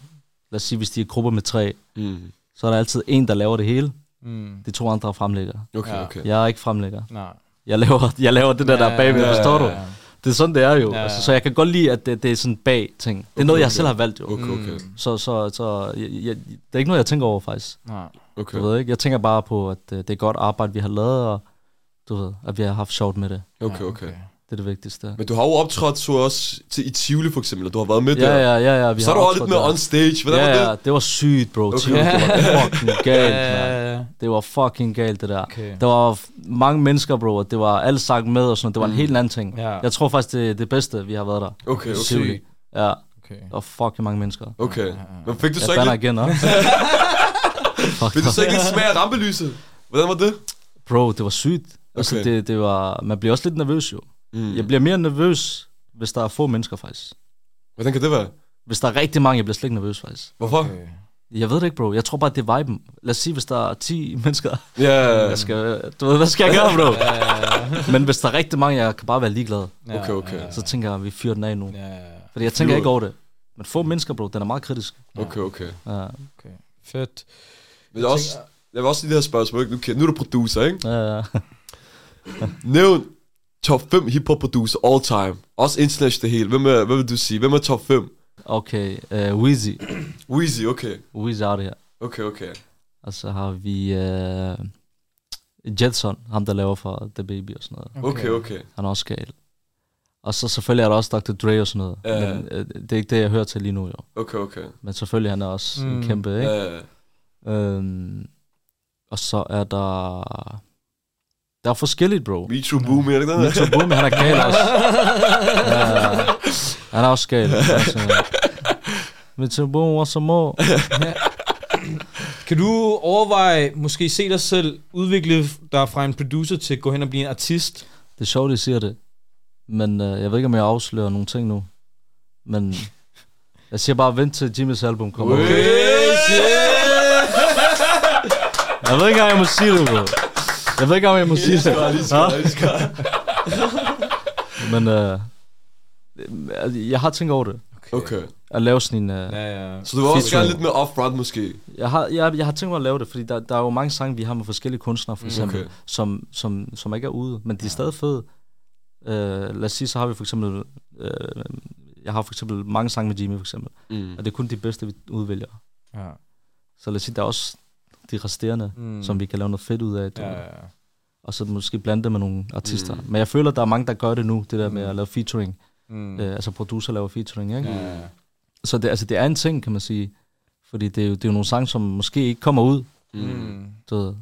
Speaker 4: lad os sige, hvis de er grupper med tre,
Speaker 2: Mm.
Speaker 4: så er der altid en, der laver det hele.
Speaker 3: Mm.
Speaker 4: De to andre er fremlægger.
Speaker 2: Okay,
Speaker 3: Ja.
Speaker 2: okay.
Speaker 4: Jeg er ikke fremlægger.
Speaker 3: Nej.
Speaker 4: Jeg laver, jeg laver det der, der er bagved,
Speaker 2: ja, ja,
Speaker 4: forstår du?
Speaker 3: Ja,
Speaker 4: Det er sådan, det er jo.
Speaker 3: Ja, ja.
Speaker 4: Altså, så jeg kan godt lide, at det, det er sådan bag ting. Det er noget, jeg
Speaker 2: okay.
Speaker 4: selv har valgt jo.
Speaker 2: Okay, okay,
Speaker 3: Mm.
Speaker 4: Så, så, så jeg, jeg, det er ikke noget, jeg tænker over faktisk.
Speaker 3: Nej.
Speaker 2: okay.
Speaker 4: Du ved ikke? Jeg tænker bare på, at øh, det er godt arbejde, vi har lavet, og du ved, at vi har haft sjovt med det.
Speaker 2: Okay, okay.
Speaker 4: Det er det vigtigste.
Speaker 2: Men du har jo optrådt så også til, i Tivoli for eksempel, og du har været med
Speaker 4: Ja,
Speaker 2: der.
Speaker 4: ja, ja. ja vi
Speaker 2: så er
Speaker 4: har
Speaker 2: du også lidt
Speaker 4: optrådt
Speaker 2: mere
Speaker 4: der.
Speaker 2: on stage. Hvordan
Speaker 4: Ja,
Speaker 2: var det?
Speaker 4: ja, det var sygt, bro. Okay. Det var fucking galt, mand.
Speaker 3: ja, ja.
Speaker 4: Det var fucking galt, det der.
Speaker 3: Okay.
Speaker 4: Der var f- mange mennesker, bro, og det var alle sang med og sådan noget. Det var en
Speaker 2: Mm.
Speaker 4: helt anden ting.
Speaker 3: Ja.
Speaker 4: Jeg tror faktisk, det er det bedste, vi har været der.
Speaker 2: Okay, okay.
Speaker 4: Tivoli. Ja,
Speaker 3: Okay.
Speaker 4: der var fucking mange mennesker.
Speaker 2: Okay. Men fik du
Speaker 4: Jeg
Speaker 2: så ikke
Speaker 4: banner
Speaker 2: lidt,
Speaker 4: igen, hva'? Fuck
Speaker 2: fik du så
Speaker 4: dig.
Speaker 2: ikke lidt smag af rampelyset? Hvordan var det?
Speaker 4: Bro, det var sygt. Altså,
Speaker 2: Okay.
Speaker 4: det, det var, man bliver også lidt nervøs jo.
Speaker 2: Mm.
Speaker 4: Jeg bliver mere nervøs, hvis der er få mennesker faktisk.
Speaker 2: Hvordan kan det være?
Speaker 4: Hvis der er rigtig mange, jeg bliver slet ikke nervøs faktisk.
Speaker 2: Hvorfor?
Speaker 3: Okay.
Speaker 4: Jeg ved det ikke, bro. Jeg tror bare, det er viben. Lad os sige, hvis der er 10 mennesker.
Speaker 2: Ja,
Speaker 4: Jeg skal, du ved, hvad skal jeg gøre, bro? Men hvis der er rigtig mange, jeg kan bare være ligeglad.
Speaker 3: Ja,
Speaker 2: Okay, okay.
Speaker 3: ja,
Speaker 4: Så tænker jeg, vi fyrer den af nu.
Speaker 3: Ja,
Speaker 4: Fordi jeg tænker
Speaker 2: Fyrer.
Speaker 4: ikke over det. Men få mennesker, bro, den er meget kritisk.
Speaker 2: okay, okay.
Speaker 4: Ja,
Speaker 3: okay. Fedt.
Speaker 2: Men jeg også, jeg vil også lige det her spørgsmål, ikke? Nu, kan- nu er du producer, ikke?
Speaker 4: ja, ja.
Speaker 2: Nævn top 5 hiphop producer all time. Også international det hele. Hvem, er, hvad vil du sige? Hvem er top 5?
Speaker 4: Okay, uh, Weezy.
Speaker 2: Weezy, okay.
Speaker 4: Weezy out her.
Speaker 2: Okay, okay.
Speaker 4: Og så har vi øh, Jetson, ham der laver for The Baby og sådan noget.
Speaker 2: Okay, okay.
Speaker 4: Han er også gal. Og så selvfølgelig er der også Dr. Dre og sådan noget.
Speaker 2: Ja.
Speaker 4: Men øh, det er ikke det, jeg hører til lige nu, jo.
Speaker 2: Okay, okay.
Speaker 4: Men selvfølgelig, han er også mm.
Speaker 3: Mm.
Speaker 4: en kæmpe, ikke?
Speaker 2: Uh,
Speaker 4: Øhm, og så er der... Der er forskelligt, bro.
Speaker 2: Me Too Boom, er det ikke det?
Speaker 4: Metro Boomin, han er gal også. Ja, han er også gal. Altså. Metro Boomin, what's some more?
Speaker 3: Kan du overveje, måske se dig selv udvikle dig fra en producer til at gå hen og blive en artist?
Speaker 4: Det er sjovt, I siger det. Men øh, jeg ved ikke, om jeg afslører nogle ting nu. Men jeg siger bare, vent til Jimmys album kommer. ud. Jeg ved ikke engang, om jeg må sige det, bro. Jeg ved ikke engang, om jeg må sige det. Hva? Men øh, øh, jeg har tænkt over det.
Speaker 2: Okay.
Speaker 4: At lave sådan en... Øh,
Speaker 3: Ja, ja.
Speaker 2: Så du vil også
Speaker 4: Feature.
Speaker 2: gerne lidt mere upfront måske.
Speaker 4: jeg, har, jeg, jeg har tænkt mig at lave det, fordi der, der er jo mange sange, vi har med forskellige kunstnere, for eksempel,
Speaker 2: Okay.
Speaker 4: okay. som, som, som ikke er ude, men de er stadig fede. Øh, lad os sige, så har vi for eksempel... Øh, jeg har for eksempel mange sange med Jimmy, for eksempel.
Speaker 2: Mm.
Speaker 4: Og det er kun de bedste, vi udvælger.
Speaker 3: ja.
Speaker 4: Så lad os sige, der er også de resterende,
Speaker 3: Mm.
Speaker 4: mm. som vi kan lave noget fedt ud af.
Speaker 3: ja,
Speaker 4: Ja.
Speaker 3: ja.
Speaker 4: Og så måske blande det med nogle artister. Mm. Men jeg føler, der er mange, der gør det nu, det der med at lave featuring.
Speaker 3: Mm.
Speaker 4: Mm. Øh, altså producer laver featuring, ikke?
Speaker 3: Ja,
Speaker 4: Ja.
Speaker 3: ja.
Speaker 4: Så det, altså, det er en ting, kan man sige. Fordi det er, jo, det er jo nogle sange, som måske ikke kommer ud.
Speaker 3: Mm.
Speaker 4: Du ved.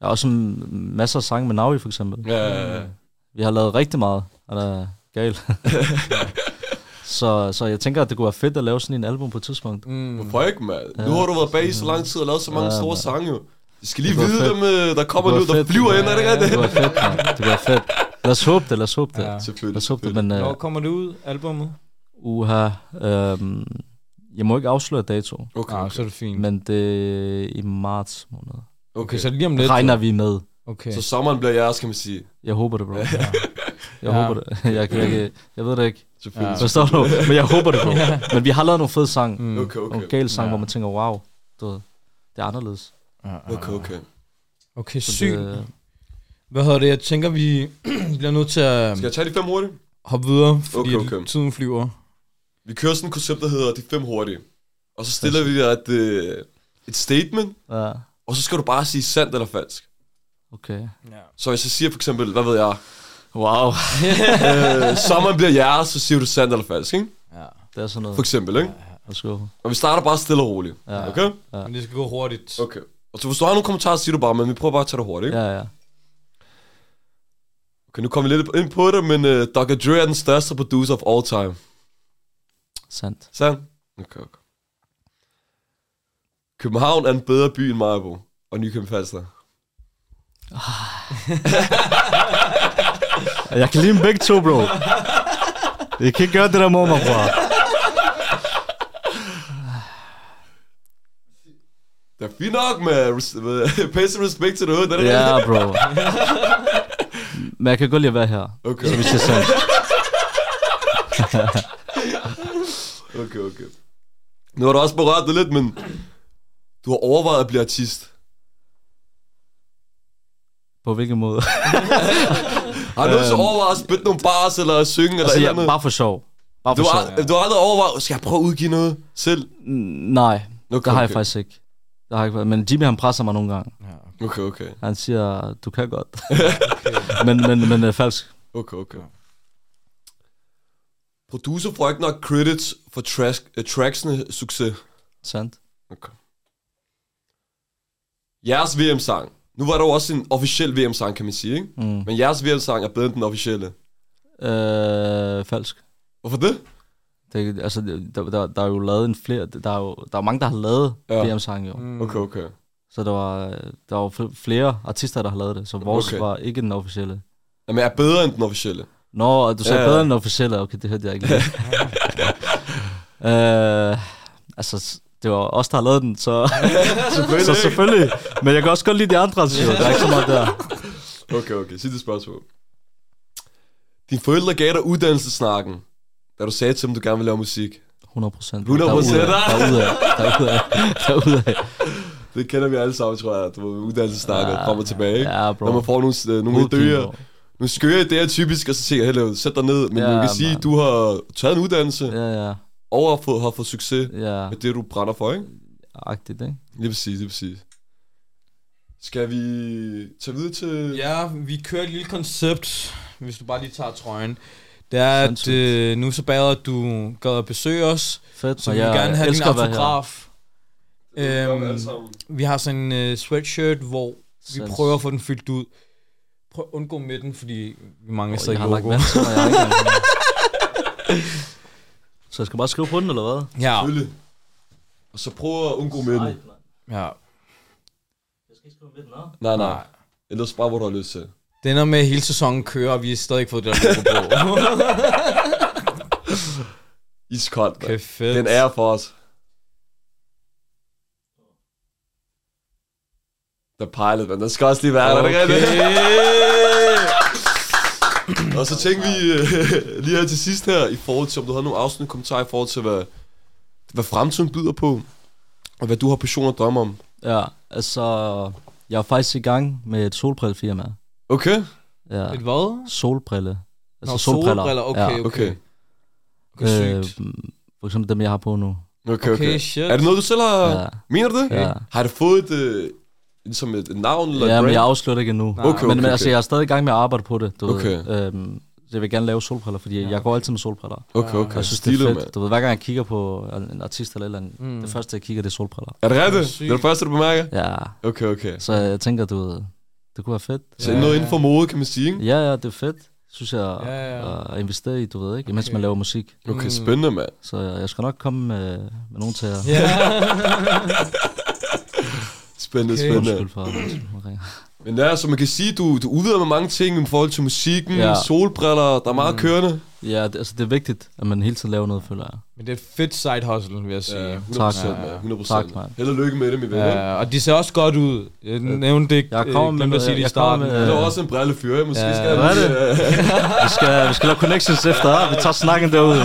Speaker 4: Jeg har også mm, masser af sange med Navi for eksempel.
Speaker 2: Ja, ja, ja.
Speaker 4: Vi har lavet rigtig meget, og der er galt. så, så jeg tænker, at det kunne være fedt at lave sådan en album på et tidspunkt.
Speaker 3: Mm.
Speaker 2: Prøv ikke, mand. Nu har du været bag i så lang tid og lavet så mange
Speaker 4: Ja,
Speaker 2: store
Speaker 4: mand.
Speaker 2: sange, jo. De skal lige
Speaker 4: Det kunne
Speaker 2: vide,
Speaker 4: være
Speaker 2: dem øh, der kommer nu,
Speaker 4: kunne være
Speaker 2: der
Speaker 4: fedt.
Speaker 2: flyver ind, er det ikke
Speaker 4: Det
Speaker 2: rigtigt?
Speaker 4: var fedt, man. Det var fedt. Lad os håbe det, lad os håbe det.
Speaker 3: Ja.
Speaker 4: Ja.
Speaker 2: Selvfølgelig.
Speaker 4: Lad os håbe det,
Speaker 2: selvfølgelig.
Speaker 4: men
Speaker 3: Når
Speaker 4: uh,
Speaker 3: kommer det ud, albummet?
Speaker 4: uha, øhm, jeg må ikke afsløre dato,
Speaker 2: Okay,
Speaker 3: Ah,
Speaker 2: okay,
Speaker 3: så er det fint.
Speaker 4: men det er i marts måned.
Speaker 3: Okay,
Speaker 2: okay.
Speaker 3: så lige om
Speaker 4: Det
Speaker 3: lidt.
Speaker 4: regner vi med.
Speaker 3: Okay.
Speaker 2: Så sommeren bliver jeres, kan man sige.
Speaker 4: Jeg håber det, bro. Jeg
Speaker 3: Ja.
Speaker 4: håber det. Jeg, kan- jeg, kan- jeg ved det ikke.
Speaker 2: Selvfølgelig.
Speaker 3: Ja.
Speaker 4: Forstår du? Men jeg håber det, bro. Men vi har lavet nogle fede sange.
Speaker 3: Mm.
Speaker 2: Okay,
Speaker 4: Nogle
Speaker 2: okay.
Speaker 4: gale sange,
Speaker 3: Ja.
Speaker 4: hvor man tænker, wow, du ved, det er anderledes.
Speaker 3: Ja, ja.
Speaker 2: Okay, okay.
Speaker 3: Okay,
Speaker 4: Så
Speaker 3: sygt.
Speaker 4: det- øh,
Speaker 3: Hvad hedder det? Jeg tænker, vi bliver nødt til at
Speaker 2: Skal jeg tage de fem hurtige?
Speaker 3: hoppe videre, fordi
Speaker 2: Okay, okay.
Speaker 3: tiden flyver.
Speaker 2: Vi kører sådan et koncept, der hedder de fem hurtige. Og så stiller vi dig et, øh, et statement,
Speaker 4: Ja,
Speaker 2: og så skal du bare sige sandt eller falsk.
Speaker 4: okay.
Speaker 2: Så hvis jeg siger for eksempel, hvad ved jeg,
Speaker 4: Wow.
Speaker 2: øh, sommeren bliver jeres, så siger du sandt eller falsk, ikke?
Speaker 3: Ja.
Speaker 4: Det er sådan noget.
Speaker 2: For eksempel, ikke?
Speaker 4: Let's go.
Speaker 2: Og vi starter bare stille og roligt,
Speaker 4: Ja.
Speaker 2: okay?
Speaker 3: Men det skal gå hurtigt.
Speaker 2: Okay. Og så hvis du har nogle kommentarer, så siger du bare, men vi prøver bare at tage det hurtigt, ikke?
Speaker 4: Ja, ja.
Speaker 2: Okay, nu kommer vi lidt ind på det, men uh, Dr. Dre er den største producer of all time.
Speaker 4: Sandt.
Speaker 2: Sand? Okay, okay. København er en bedre by end Maribo og Nykøbing Falster.
Speaker 4: Jeg kan lide dem begge to, bro. Jeg kan ikke gøre det der mod mig, bror.
Speaker 2: Det er fint nok med, res- med pay some respect til det hood, er det
Speaker 4: Ja,
Speaker 2: rigtigt?
Speaker 4: bro. Men jeg kan godt lide at være her.
Speaker 2: Okay,
Speaker 4: Så hvis jeg sandt.
Speaker 2: okay, okay. Nu har du også berørt det lidt, men du har overvejet at blive artist.
Speaker 4: På hvilken måde? Øhm,
Speaker 2: Har du nogensinde overvejet at spytte nogle bars eller at synge eller
Speaker 4: altså,
Speaker 2: et
Speaker 4: jeg,
Speaker 2: eller andet?
Speaker 4: bare for sjov. Bare
Speaker 2: Du
Speaker 4: for
Speaker 2: har,
Speaker 4: sjov.
Speaker 2: du har aldrig overvejet, skal jeg prøve at udgive noget selv?
Speaker 4: Mm, Nej,
Speaker 2: Okay,
Speaker 4: det har jeg
Speaker 2: okay.
Speaker 4: faktisk ikke. Det har jeg ikke været. Men Jimmy, han presser mig nogle gange.
Speaker 3: Ja.
Speaker 2: Okay, okay.
Speaker 4: Han siger, du kan godt. men, men, men det er falsk.
Speaker 2: Okay, okay. Producer får ikke nok credits for trash, uh, tracksene succes.
Speaker 4: Sandt.
Speaker 2: Okay. Jeres VM-sang. Nu var der jo også en officiel VM-sang, kan man sige, ikke?
Speaker 4: Mm.
Speaker 2: Men jeres VM-sang er bedre end den officielle.
Speaker 4: Øh, falsk.
Speaker 2: Hvorfor det?
Speaker 4: Det, altså, det- der, der, der er jo lavet en flere, der er jo der er mange, der har lavet
Speaker 2: Ja.
Speaker 4: ja. VM-sange jo.
Speaker 3: Mm.
Speaker 2: Okay, okay.
Speaker 4: Så der var, der var fl- flere artister, der har lavet det, så vores
Speaker 2: Okay.
Speaker 4: okay. var ikke den officielle.
Speaker 2: Jamen, er bedre end den officielle.
Speaker 4: Nå, og du sagde
Speaker 2: Ja,
Speaker 4: ja,
Speaker 2: ja.
Speaker 4: bedre end den officielle, okay, det hørte jeg ikke lige. øh, altså, s- det var os, der har lavet den, så,
Speaker 2: Selvfølgelig.
Speaker 4: så selvfølgelig. Men jeg kan også godt lide de andre, så der er ikke så meget der.
Speaker 2: Okay, okay. Sig det spørgsmål. Dine forældre gav dig uddannelsesnakken, da du sagde til dem, du gerne vil lave musik.
Speaker 4: 100 procent.
Speaker 2: 100%.
Speaker 4: Derude, derude, derude.
Speaker 2: Det kender vi alle sammen, tror jeg. Du ved, uddannelsesnakken
Speaker 4: Ja,
Speaker 2: frem og tilbage, ikke?
Speaker 4: ja, bro.
Speaker 2: Når man får nogle, øh, nogle idéer. Nu skøre det er typisk, og så tænker jeg, "Hello, sæt dig ned. Men
Speaker 4: Ja,
Speaker 2: ja, man kan sige,
Speaker 4: mand.
Speaker 2: du har taget en uddannelse, ja.
Speaker 4: Ja, ja,
Speaker 2: og har fået, har fået succes
Speaker 4: ja,
Speaker 2: med det, du brænder for, ikke?
Speaker 4: agtigt, ikke?
Speaker 2: Lige præcis, lige præcis. Skal vi tage videre til...
Speaker 3: Ja, vi kører et lille koncept, hvis du bare lige tager trøjen. Det er, at
Speaker 4: Sindssygt.
Speaker 3: øh, nu så bad at du gad at besøge os,
Speaker 4: Fedt,
Speaker 3: så
Speaker 4: man.
Speaker 3: vi vil
Speaker 4: Jeg
Speaker 3: gerne have din
Speaker 4: elsker at være her.
Speaker 3: autograf.
Speaker 2: Det gør vi
Speaker 3: Øhm,
Speaker 2: alle sammen.
Speaker 3: Vi har sådan en uh, sweatshirt, hvor vi
Speaker 4: Sindssygt.
Speaker 3: prøver at få den fyldt ud. Prøv at undgå midten, fordi vi mangler
Speaker 4: Jeg
Speaker 3: stadig
Speaker 4: har lagt
Speaker 3: logo.
Speaker 4: vand til mig, jeg har ikke engang- Så jeg skal bare skrive på den, eller hvad?
Speaker 3: Ja,
Speaker 2: Selvfølgelig. Og så prøv at undgå med den.
Speaker 3: ja.
Speaker 2: Nej, nej. Ellers bare, hvor du har lyst til.
Speaker 3: Den er med at hele sæsonen kører, og vi har stadig ikke fået det der logo på.
Speaker 2: Iskoldt,
Speaker 3: okay,
Speaker 2: okay,
Speaker 3: fedt.
Speaker 2: Den er for os. The Pilot, men den skal også lige være der, okay. det rigtigt?
Speaker 3: Okay.
Speaker 2: Og så tænkte vi øh, lige her til sidst her, i forhold til, om du havde nogle afsnit kommentarer i forhold til, hvad, hvad fremtiden byder på, og hvad du har passion og drømme om.
Speaker 4: Ja, altså... Jeg er faktisk i gang med et solbrillefirma.
Speaker 2: Okay,
Speaker 4: Ja,
Speaker 3: Et hvad?
Speaker 4: solbrille. Altså
Speaker 3: Nå,
Speaker 4: solbriller.
Speaker 3: solbriller, okay,
Speaker 4: Ja. Øh,
Speaker 2: okay.
Speaker 3: Okay, sygt.
Speaker 4: for eksempel dem, jeg har på nu.
Speaker 2: Okay, okay.
Speaker 3: Okay,
Speaker 2: okay.
Speaker 3: shit.
Speaker 2: Er det noget, du selv har...
Speaker 4: Ja.
Speaker 2: Ja. Mener du det?
Speaker 4: Ja.
Speaker 2: Har du fået et, øh, ligesom et navn eller
Speaker 4: Ja,
Speaker 2: et
Speaker 4: men
Speaker 2: brand?
Speaker 4: jeg afslører det ikke endnu.
Speaker 2: Okay, okay,
Speaker 4: men, men
Speaker 2: okay.
Speaker 4: altså, jeg er stadig i gang med at arbejde på det, du
Speaker 2: Okay.
Speaker 4: ved. Øhm, jeg vil gerne lave solbriller, fordi jeg går altid med solbriller.
Speaker 2: Okay, okay.
Speaker 4: Jeg synes, det
Speaker 2: Stilet,
Speaker 4: er
Speaker 2: mand.
Speaker 4: fedt. Du ved, hver gang jeg kigger på en en artist eller et eller andet, mm. det første, jeg kigger, det er solbriller.
Speaker 2: Er det rigtigt? Det er det første, du bemærker?
Speaker 4: Ja,
Speaker 2: Okay, okay.
Speaker 4: så jeg tænker, du ved, det kunne være fedt.
Speaker 2: Så noget inden for mode, kan man sige, ikke?
Speaker 4: Ja, ja, det er fedt, synes jeg,
Speaker 3: Ja, ja.
Speaker 4: at investere i, du ved, ikke? Imens man laver musik.
Speaker 2: Okay, spændende, mand.
Speaker 4: Så jeg skal nok komme med, med nogen til at...
Speaker 3: Ja.
Speaker 2: Spændende,
Speaker 3: Okay.
Speaker 2: spændende.
Speaker 4: Undskyld for,
Speaker 2: Men ja, så man kan sige, du, du udvider med mange ting i forhold til musikken, ja.
Speaker 4: Ja. Mm.
Speaker 2: solbriller, der er meget kørende.
Speaker 4: Ja, det, altså det er vigtigt, at man hele tiden laver noget, føler jeg.
Speaker 3: Men det er et fedt side hustle, vil jeg sige.
Speaker 2: Ja, 100%,
Speaker 4: Tak.
Speaker 2: mand. 100%.
Speaker 4: Tak, mand.
Speaker 2: Held og lykke med det, min ven. Ja.
Speaker 3: Ja, og de ser også godt ud. Jeg nævnte det, øh,
Speaker 4: Jeg kommer med
Speaker 3: glemte at
Speaker 4: noget-
Speaker 3: sige det i
Speaker 4: jeg kommer
Speaker 3: starten.
Speaker 4: med-
Speaker 2: Der er også en brillefyr, jeg måske ja, skal
Speaker 4: hvad er det?
Speaker 2: øh,
Speaker 4: Vi skal, vi skal lave connections efter, ah, vi tager snakken derude.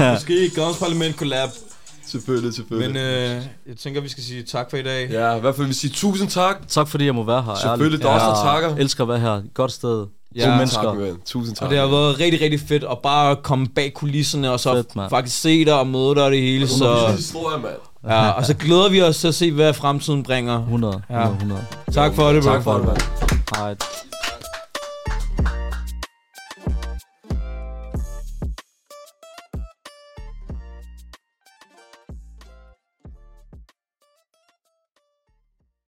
Speaker 3: øh, Måske Guns Parlament Collab.
Speaker 2: Selvfølgelig, selvfølgelig.
Speaker 3: Men øh, jeg tænker, vi skal sige tak for i
Speaker 4: øh,
Speaker 3: dag.
Speaker 2: Ja, i hvert fald vil sige tusind tak.
Speaker 4: Tak fordi jeg må være her.
Speaker 2: Selvfølgelig, der er
Speaker 4: ærligt.
Speaker 2: også, der
Speaker 4: Jeg
Speaker 2: takker.
Speaker 4: elsker at være her. Godt sted.
Speaker 3: Ja,
Speaker 4: Ja, Gode
Speaker 2: Tak,
Speaker 4: mennesker.
Speaker 2: min ven. Tusind tak.
Speaker 3: Og det har været rigtig, rigtig fedt at bare komme bag kulisserne og så
Speaker 4: Fedt, mand.
Speaker 3: faktisk se dig og møde dig og det hele.
Speaker 2: så...
Speaker 3: Så,
Speaker 2: historie, mand.
Speaker 3: ja, og så glæder vi os til at se, hvad fremtiden bringer.
Speaker 4: 100,
Speaker 3: Ja.
Speaker 4: 100, 100.
Speaker 3: Tak for det, bro.
Speaker 2: Tak for det, mand.
Speaker 4: Alright.